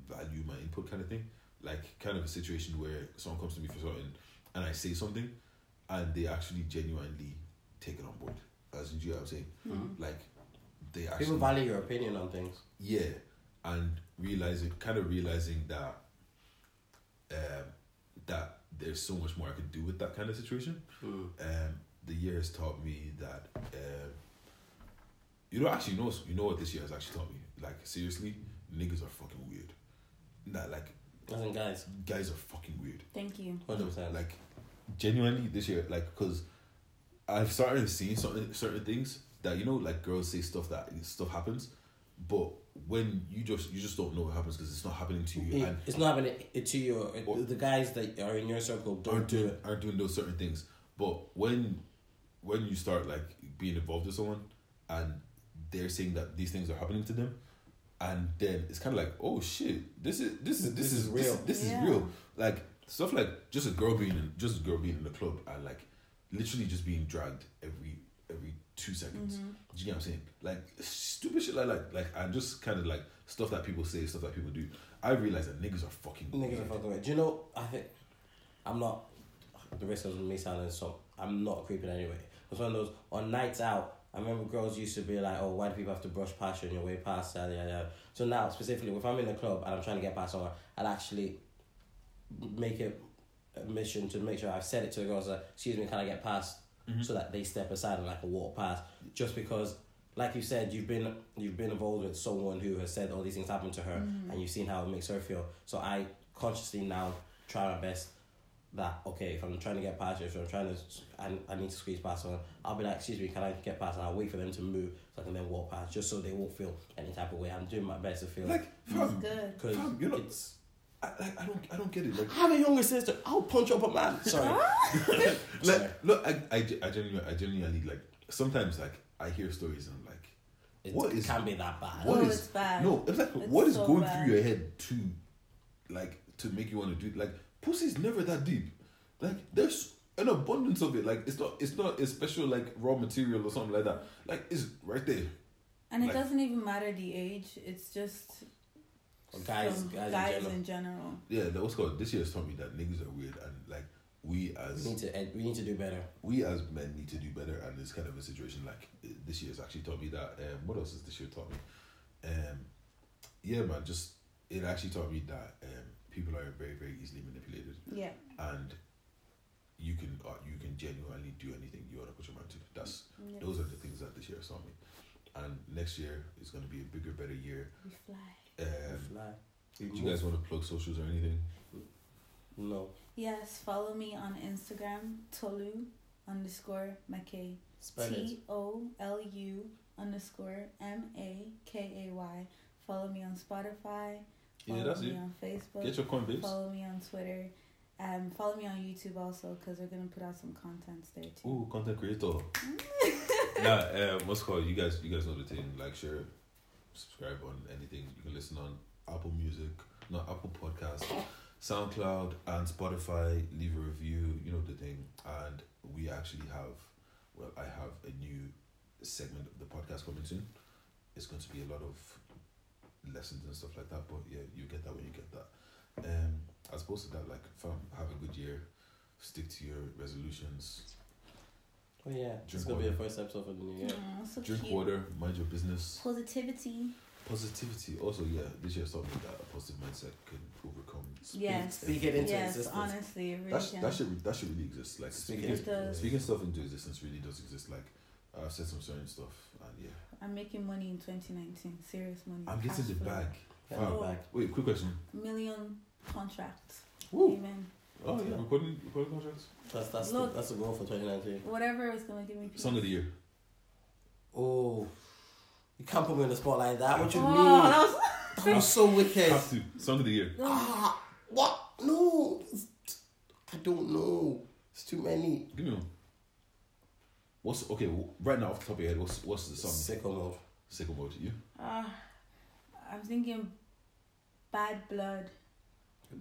S1: value my input kind of thing like kind of a situation where someone comes to me for something and I say something and they actually genuinely take it on board as in do you know what I'm saying
S2: Mhm.
S1: like they actually
S3: People value your opinion on things.
S1: yeah and realizing kind of realizing that um that there's so much more i could do with that kind of situation
S3: Mm.
S1: um the year has taught me that um you know actually you know you know what this year has actually taught me like seriously niggas are fucking weird nah like
S3: As in guys,
S1: guys are fucking weird
S2: Thank you.
S1: Hmm.
S3: hundred percent.
S1: like genuinely this year like because i've started seeing certain certain things that you know like girls say stuff that stuff happens but when you just you just don't know what happens because it's not happening to you
S3: It-
S1: and
S3: it's not happening it to you. or-
S1: Or-
S3: the guys that are in your circle
S1: aren't
S3: don't do
S1: doing
S3: it.
S1: aren't doing those certain things but when when you start like being involved with someone and they're saying that these things are happening to them and then it's kind of like oh shit this is this is this,
S3: This
S1: is,
S3: is
S1: real
S3: real.
S1: this, this
S2: Yeah.
S1: is real like stuff like just a girl being in, just a girl being in the club and like literally just being dragged every every two seconds
S2: Mhm.
S1: do you get what I'm saying? Like stupid shit like like like and just kind of like stuff that people say, stuff that people do. I realize that niggas are fucking
S3: Niggas are
S1: weird.
S3: fucking weird. Do you know? I think I'm not. The risk of me sounding so. I'm not creeping anyway. It's one of those on nights out. I remember girls used to be like, "Oh, why do people have to brush past you on your way past?" Yeah, yeah, yeah. So now, specifically, if I'm in the club and I'm trying to get past someone, I'll actually make it a mission to make sure I've said it to the girls. Like, excuse me, can I get past?
S1: Mm-hmm.
S3: So that they step aside and like walk past. Just because, like you said, you've been you've been involved with someone who has said all these things happened to her, and you've seen how it makes her feel. So I consciously now try my best that okay, if I'm trying to get past you, if I'm trying to, I, I need to squeeze past someone, I'll be like, excuse me, can I get past? And I'll wait for them to move so I can then walk past, just so they won't feel any type of way. I'm doing my best to feel
S1: Like
S2: That's
S1: fam,
S2: good.
S3: because
S1: fam, you're not-
S3: it's.
S1: I, like I don't I don't get it. Like
S3: I have a younger sister. I'll punch up a man. Sorry. Sorry.
S1: like look, I I, ge- I genuinely I genuinely like sometimes like I hear stories and I'm like
S3: It
S1: What is-
S3: can't be that bad.
S1: what
S2: Oh,
S1: is
S2: it's bad.
S1: no it's like
S2: It's
S1: what is
S2: so
S1: going
S2: bad.
S1: through your head to like to make you want to do like pussy's never that deep like there's an abundance of it like it's not it's not a special like raw material or something like that like it's right there
S2: And it
S1: Like-
S2: doesn't even matter the age. It's just
S3: Guys,
S2: from
S3: guys, in general.
S2: in general.
S1: yeah, that was called. This year's taught me that niggas are weird, and like we
S3: We
S1: as
S3: need to ed- we need to do better.
S1: we as men need to do better. And this kind of a situation, like eh, this year's actually taught me that. Um, what else has this year taught me? Um, yeah, man, just it actually taught me that um, people are very, very easily manipulated,
S2: Yeah.
S1: and you can uh, you can genuinely do anything you want to put your mind to. That's
S2: Yeah.
S1: those are the things that this year has taught me, and next year is going to be a bigger, better year.
S2: We fly.
S1: Um,
S3: Fly.
S1: do you guys want to plug socials or anything?
S3: No.
S2: Yes, follow me on Instagram, Tolu underscore McKay.
S3: Spell it.
S2: T O L U underscore M A K A Y. Follow me on Spotify. Follow
S1: Yeah, that's
S2: me
S1: it.
S2: on Facebook.
S1: Get your coin, babes.
S2: follow me on Twitter. Um, follow me on YouTube also because we're gonna put out some contents there too.
S1: Ooh, content creator. nah, um, what's it called? You guys, you guys know the thing. Like, share, subscribe on anything. You can listen on Apple Music, not Apple Podcast, SoundCloud, and Spotify. Leave a review. You know the thing. And we actually have, well, I have a new segment of the podcast coming soon. It's going to be a lot of lessons and stuff like that. But yeah, you get that when you get that. Um, as opposed to that, like, fam, have a good year. Stick to your resolutions.
S3: Oh yeah. It's
S1: Drink
S3: gonna be the
S1: water.
S3: first episode of the new year.
S2: Aw, so
S1: Drink
S2: cute.
S1: water, mind your business.
S2: Positivity.
S1: Positivity. Also, yeah, this year's something that a positive mindset can overcome.
S2: Yes.
S3: Speak it into
S2: Yes,
S3: existence.
S2: honestly, it really
S1: That's,
S2: can.
S1: that should that should really exist. Like
S3: Speak
S1: speaking
S3: it
S2: It
S3: into
S2: does.
S1: speaking stuff into existence really does exist. Like I've said some certain stuff, and yeah,
S2: I'm making money in 2019. Serious money.
S1: I'm getting
S2: Cash
S1: the
S2: flow.
S1: bag.
S3: Get
S1: Wow.
S3: it back.
S1: Wait, quick question.
S2: Million contract.
S1: Woo.
S2: Amen.
S1: Oh yeah, recording recording contracts.
S3: That's that's the,
S2: Look.
S3: that's the goal for 2019.
S2: Whatever is gonna give me. peace.
S1: Song of the year.
S3: Oh, you can't put me in the spot like that. What you
S2: Oh,
S3: mean?
S2: that was-
S3: I'm so wicked.
S1: Have to song of the year.
S3: Ah, what? No, it's- I don't know. It's too many.
S1: Give me one. What's okay wh- right now off the top of your head? What's what's the song?
S3: Sicko mode.
S1: Sicko mode. You.
S2: Ah, I'm thinking Bad Blood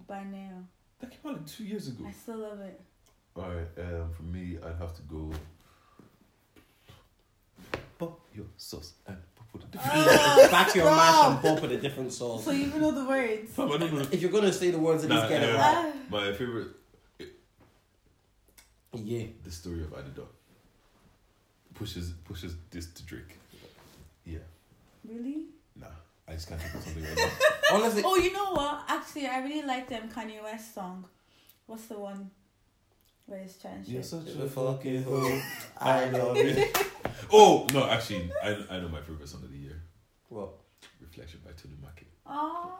S2: by Nail.
S1: That came out like two years ago.
S2: I still love it.
S1: All right, um, for me, I'd have to go. Pop your sauce and pop with the
S2: Oh,
S3: Back your mash and bump with a different sauce.
S2: so you even know the words.
S1: Fam, I don't know.
S3: If you're gonna say the words, at
S1: Nah,
S3: least get it
S1: yeah.
S3: right.
S2: Ah,
S1: My favorite,
S3: Yeah.
S1: the story of Adidas pushes pushes this to Drake. Yeah,
S2: really?
S1: nah, I just can't think of something right now.
S3: Honestly,
S2: Oh, you know what? Actually, I really like them Kanye West song. What's the one where it's chatting shit?
S1: You're such
S3: You're
S1: a fucking
S3: hoe.
S1: hoe.
S3: I love it.
S1: Oh no, actually, I I know my favorite song of the year,
S3: What?
S1: Reflection by Tony Market.
S2: Oh,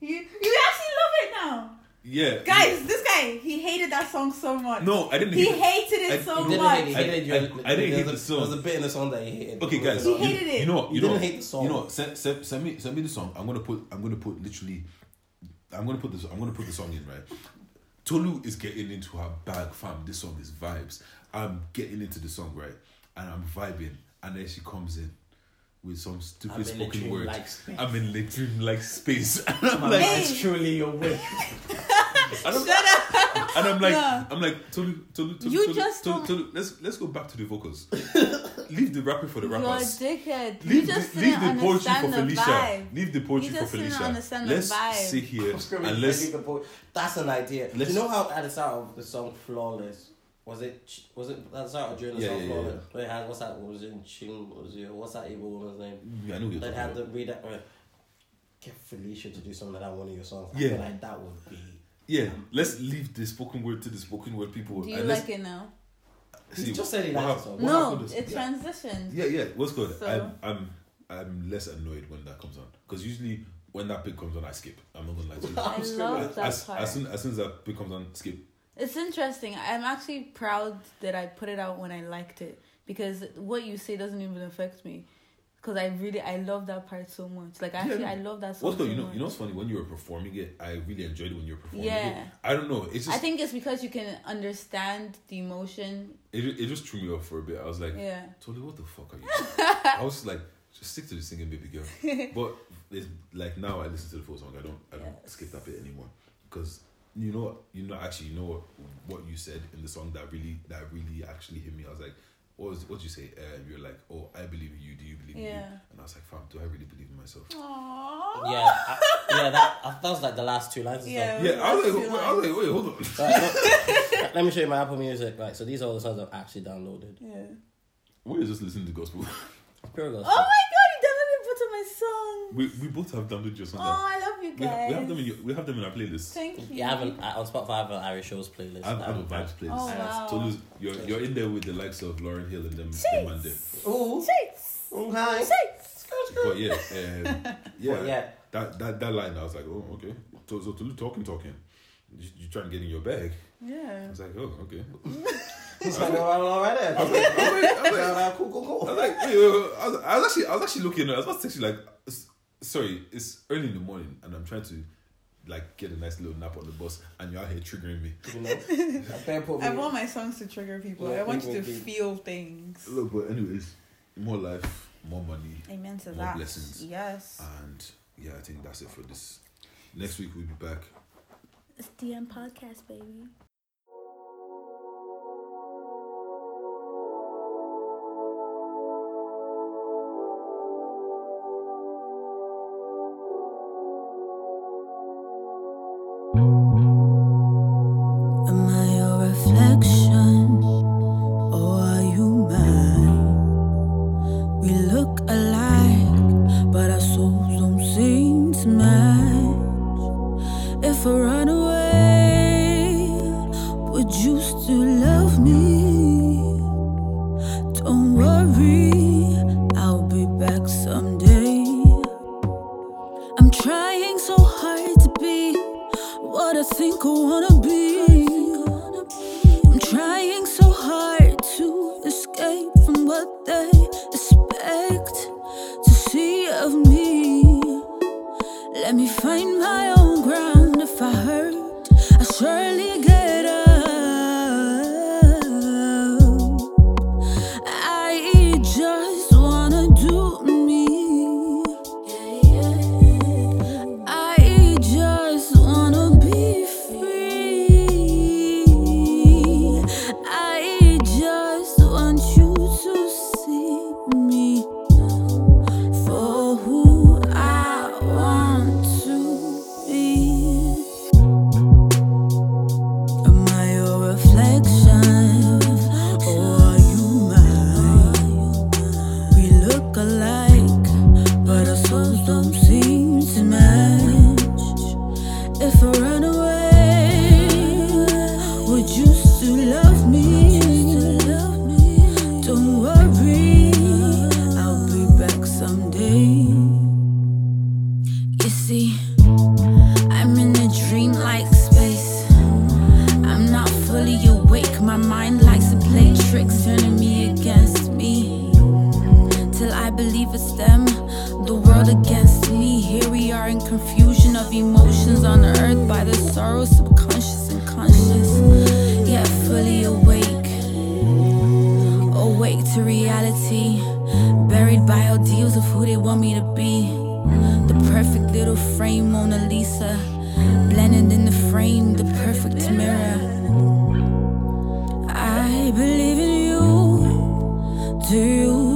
S2: you you actually love it now,
S1: Yeah,
S2: guys. This guy he hated that song so much.
S1: No, I didn't.
S2: he
S1: hate it.
S2: hated it
S1: I-
S2: so
S1: you
S3: You didn't hate,
S2: much.
S1: I-
S3: it, you hated your-
S1: I- I didn't
S3: there's
S1: hate
S3: a-
S1: the song.
S3: There was a bit in the song that he hated.
S1: Okay, guys.
S2: He hated
S1: you,
S2: it.
S1: You know what? You,
S3: You
S1: know
S3: didn't
S1: what?
S3: hate the song.
S1: You know what? Send, send, send me send me the song. I'm gonna put I'm gonna put literally. I'm gonna put this. I'm gonna put the song in right. Tolu is getting into her bag, fam. This song is vibes. I'm getting into the song right, and I'm vibing, and then she comes in with some stupid spoken word. I'm in the dream like space, and I'm like,
S2: Hey.
S3: it's truly your wish.
S1: and I'm,
S2: Shut up.
S1: and I'm like,
S2: Yeah.
S1: I'm like, Tolu, Tolu, Tolu,
S2: You
S1: Tolu,
S2: just
S1: Tolu,
S2: don't-
S1: Tolu, let's let's go back to the vocals. Leave the rapping for the
S2: You're a
S1: rappers.
S2: dickhead. You
S1: Leave,
S2: just
S1: the, leave the
S2: didn't
S1: poetry for
S2: understand the
S1: Felicia.
S2: vibe.
S1: Leave the poetry
S2: You
S1: for
S2: just didn't
S1: Felicia.
S2: understand the
S1: Let's
S2: vibe.
S1: sit here and
S3: Let's,
S1: let's.
S3: that's an idea. Do
S1: Let's-
S3: you know how at the start of the song "Flawless" was it? ch- Was it at the start or during the
S1: Yeah,
S3: song
S1: yeah, yeah,
S3: "Flawless"? They had what's that? What was it? Ching? What was it? What's that evil woman's name?
S1: Yeah, I know what you're
S3: They
S1: talking
S3: had the
S1: about.
S3: read that. uh, Get Felicia to do something like that in one of your songs. I
S1: Yeah.
S3: feel like that would be.
S1: Yeah, let's leave the spoken word to the spoken word people.
S2: Do you
S1: and
S2: like it now?
S1: let's
S3: He just said he
S1: what
S3: likes
S1: hap-
S3: it, so-
S1: what
S2: No,
S1: happened is-
S2: it
S1: yeah.
S2: transitioned.
S1: yeah, yeah. What's good?
S2: So-
S1: I'm, I'm, I'm less annoyed when that comes on because usually when that bit comes on, I skip. I'm not gonna lie to you.
S2: I love that
S1: as,
S2: part.
S1: as soon as soon as that bit comes on, skip.
S2: It's interesting. I'm actually proud that I put it out when I liked it because what you say doesn't even affect me. Because I really I love that part so much. Like actually, I love that song.
S1: What's good?
S2: so
S1: You know,
S2: much.
S1: you know what's funny? When you were performing it, I really enjoyed it when you were performing it.
S2: Yeah.
S1: I don't know. It's
S2: I
S1: just
S2: think it's because you can understand the emotion.
S1: it, ju- it just threw me off for a bit. I was like,
S2: Yeah.
S1: Totally, what the fuck are you doing? I was like, just stick to the singing, baby girl. But it's like now I listen to the full song. I don't, I don't
S2: Yes.
S1: skip that bit anymore because you know, what- you know, actually, you know what, what you said in the song that really, that really actually hit me. I was like, what was, what you say? Uh, you're like, oh, I believe in you. Do you believe in you?
S2: Yeah.
S1: And I was like, fam, do I really believe in myself?
S2: Aww.
S3: Yeah, I, yeah. That I- that was like the last two lines. Of the song.
S2: Yeah.
S1: Yeah, I was like,
S2: that's
S1: wait,
S2: too
S1: I was like, wait, hold on.
S3: Right, let me show you my Apple Music. Right, so these are all the songs I've actually downloaded.
S2: Yeah.
S1: We're just listening to gospel.
S3: Pure gospel.
S2: Oh my god! You downloaded it to my song.
S1: We, we both have downloaded your song.
S2: Oh,
S1: now.
S2: I love you
S1: we, ha-
S2: guys.
S1: we have them in your, we have them in our playlist.
S2: Thank you.
S3: Yeah, I have an, I, on Spotify I have an Irish shows playlist.
S1: I have, I have a
S3: Um,
S1: vibes playlist.
S2: Oh wow.
S1: So Luz, you're you're in there with the likes of Lauren Hill and them, them and them.
S3: Ooh,
S2: Shakes.
S3: ooh, hi.
S2: Shakes.
S1: But yeah, um, yeah,
S3: But yeah,
S1: That, that that line, I was like, oh okay. So so Tolu talking talking, you, you trying to get in your bag? I
S2: Yeah.
S1: was like, oh okay.
S3: it's like all right, all right
S1: I
S3: there.
S1: was like, I was like, I was like,
S3: Alright, Cool, cool,
S1: I
S3: cool.
S1: was like, wait, wait, wait. I was, I was actually I was actually looking. I was about to text you like, s- sorry, it's early in the morning and I'm trying to like get a nice little nap on the bus and you're out here triggering me.
S3: You know, I better put
S2: I
S3: me-
S2: want my songs to trigger people.
S3: Yeah,
S2: I want you
S3: people
S2: to
S3: be-
S2: feel things.
S1: Look, but anyways, more life, more money.
S2: Amen to
S1: More
S2: that.
S1: blessings. Uh.
S2: Yes.
S1: And yeah, I think that's it for this. Next week we'll be back.
S2: It's DM podcast, baby.
S4: Am I your reflection or are you mine? We look alike, but our souls don't seem to match. If I run away, would you still love me? Don't worry, I'll be back someday. I'm trying so hard to be what I think I wanna be. I'm trying so hard to escape from what they expect to see of me. Let me find my own ground. If I hurt, I surely get up. I just wanna do me. I just wanna be free. If I run away, would you still love me? Don't worry, I'll be back someday. You see, I'm in a dreamlike space. I'm not fully awake. My mind likes to play tricks, turning me against me. Till I believe it's them, the world against me. Here we are in confusion of emotions on earth by the sorrow, subconscious and conscious. Yet fully awake, awake to reality. Buried by ideals of who they want me to be. The perfect little frame, Mona Lisa. Blended in the frame, the perfect mirror. I believe in you. Do you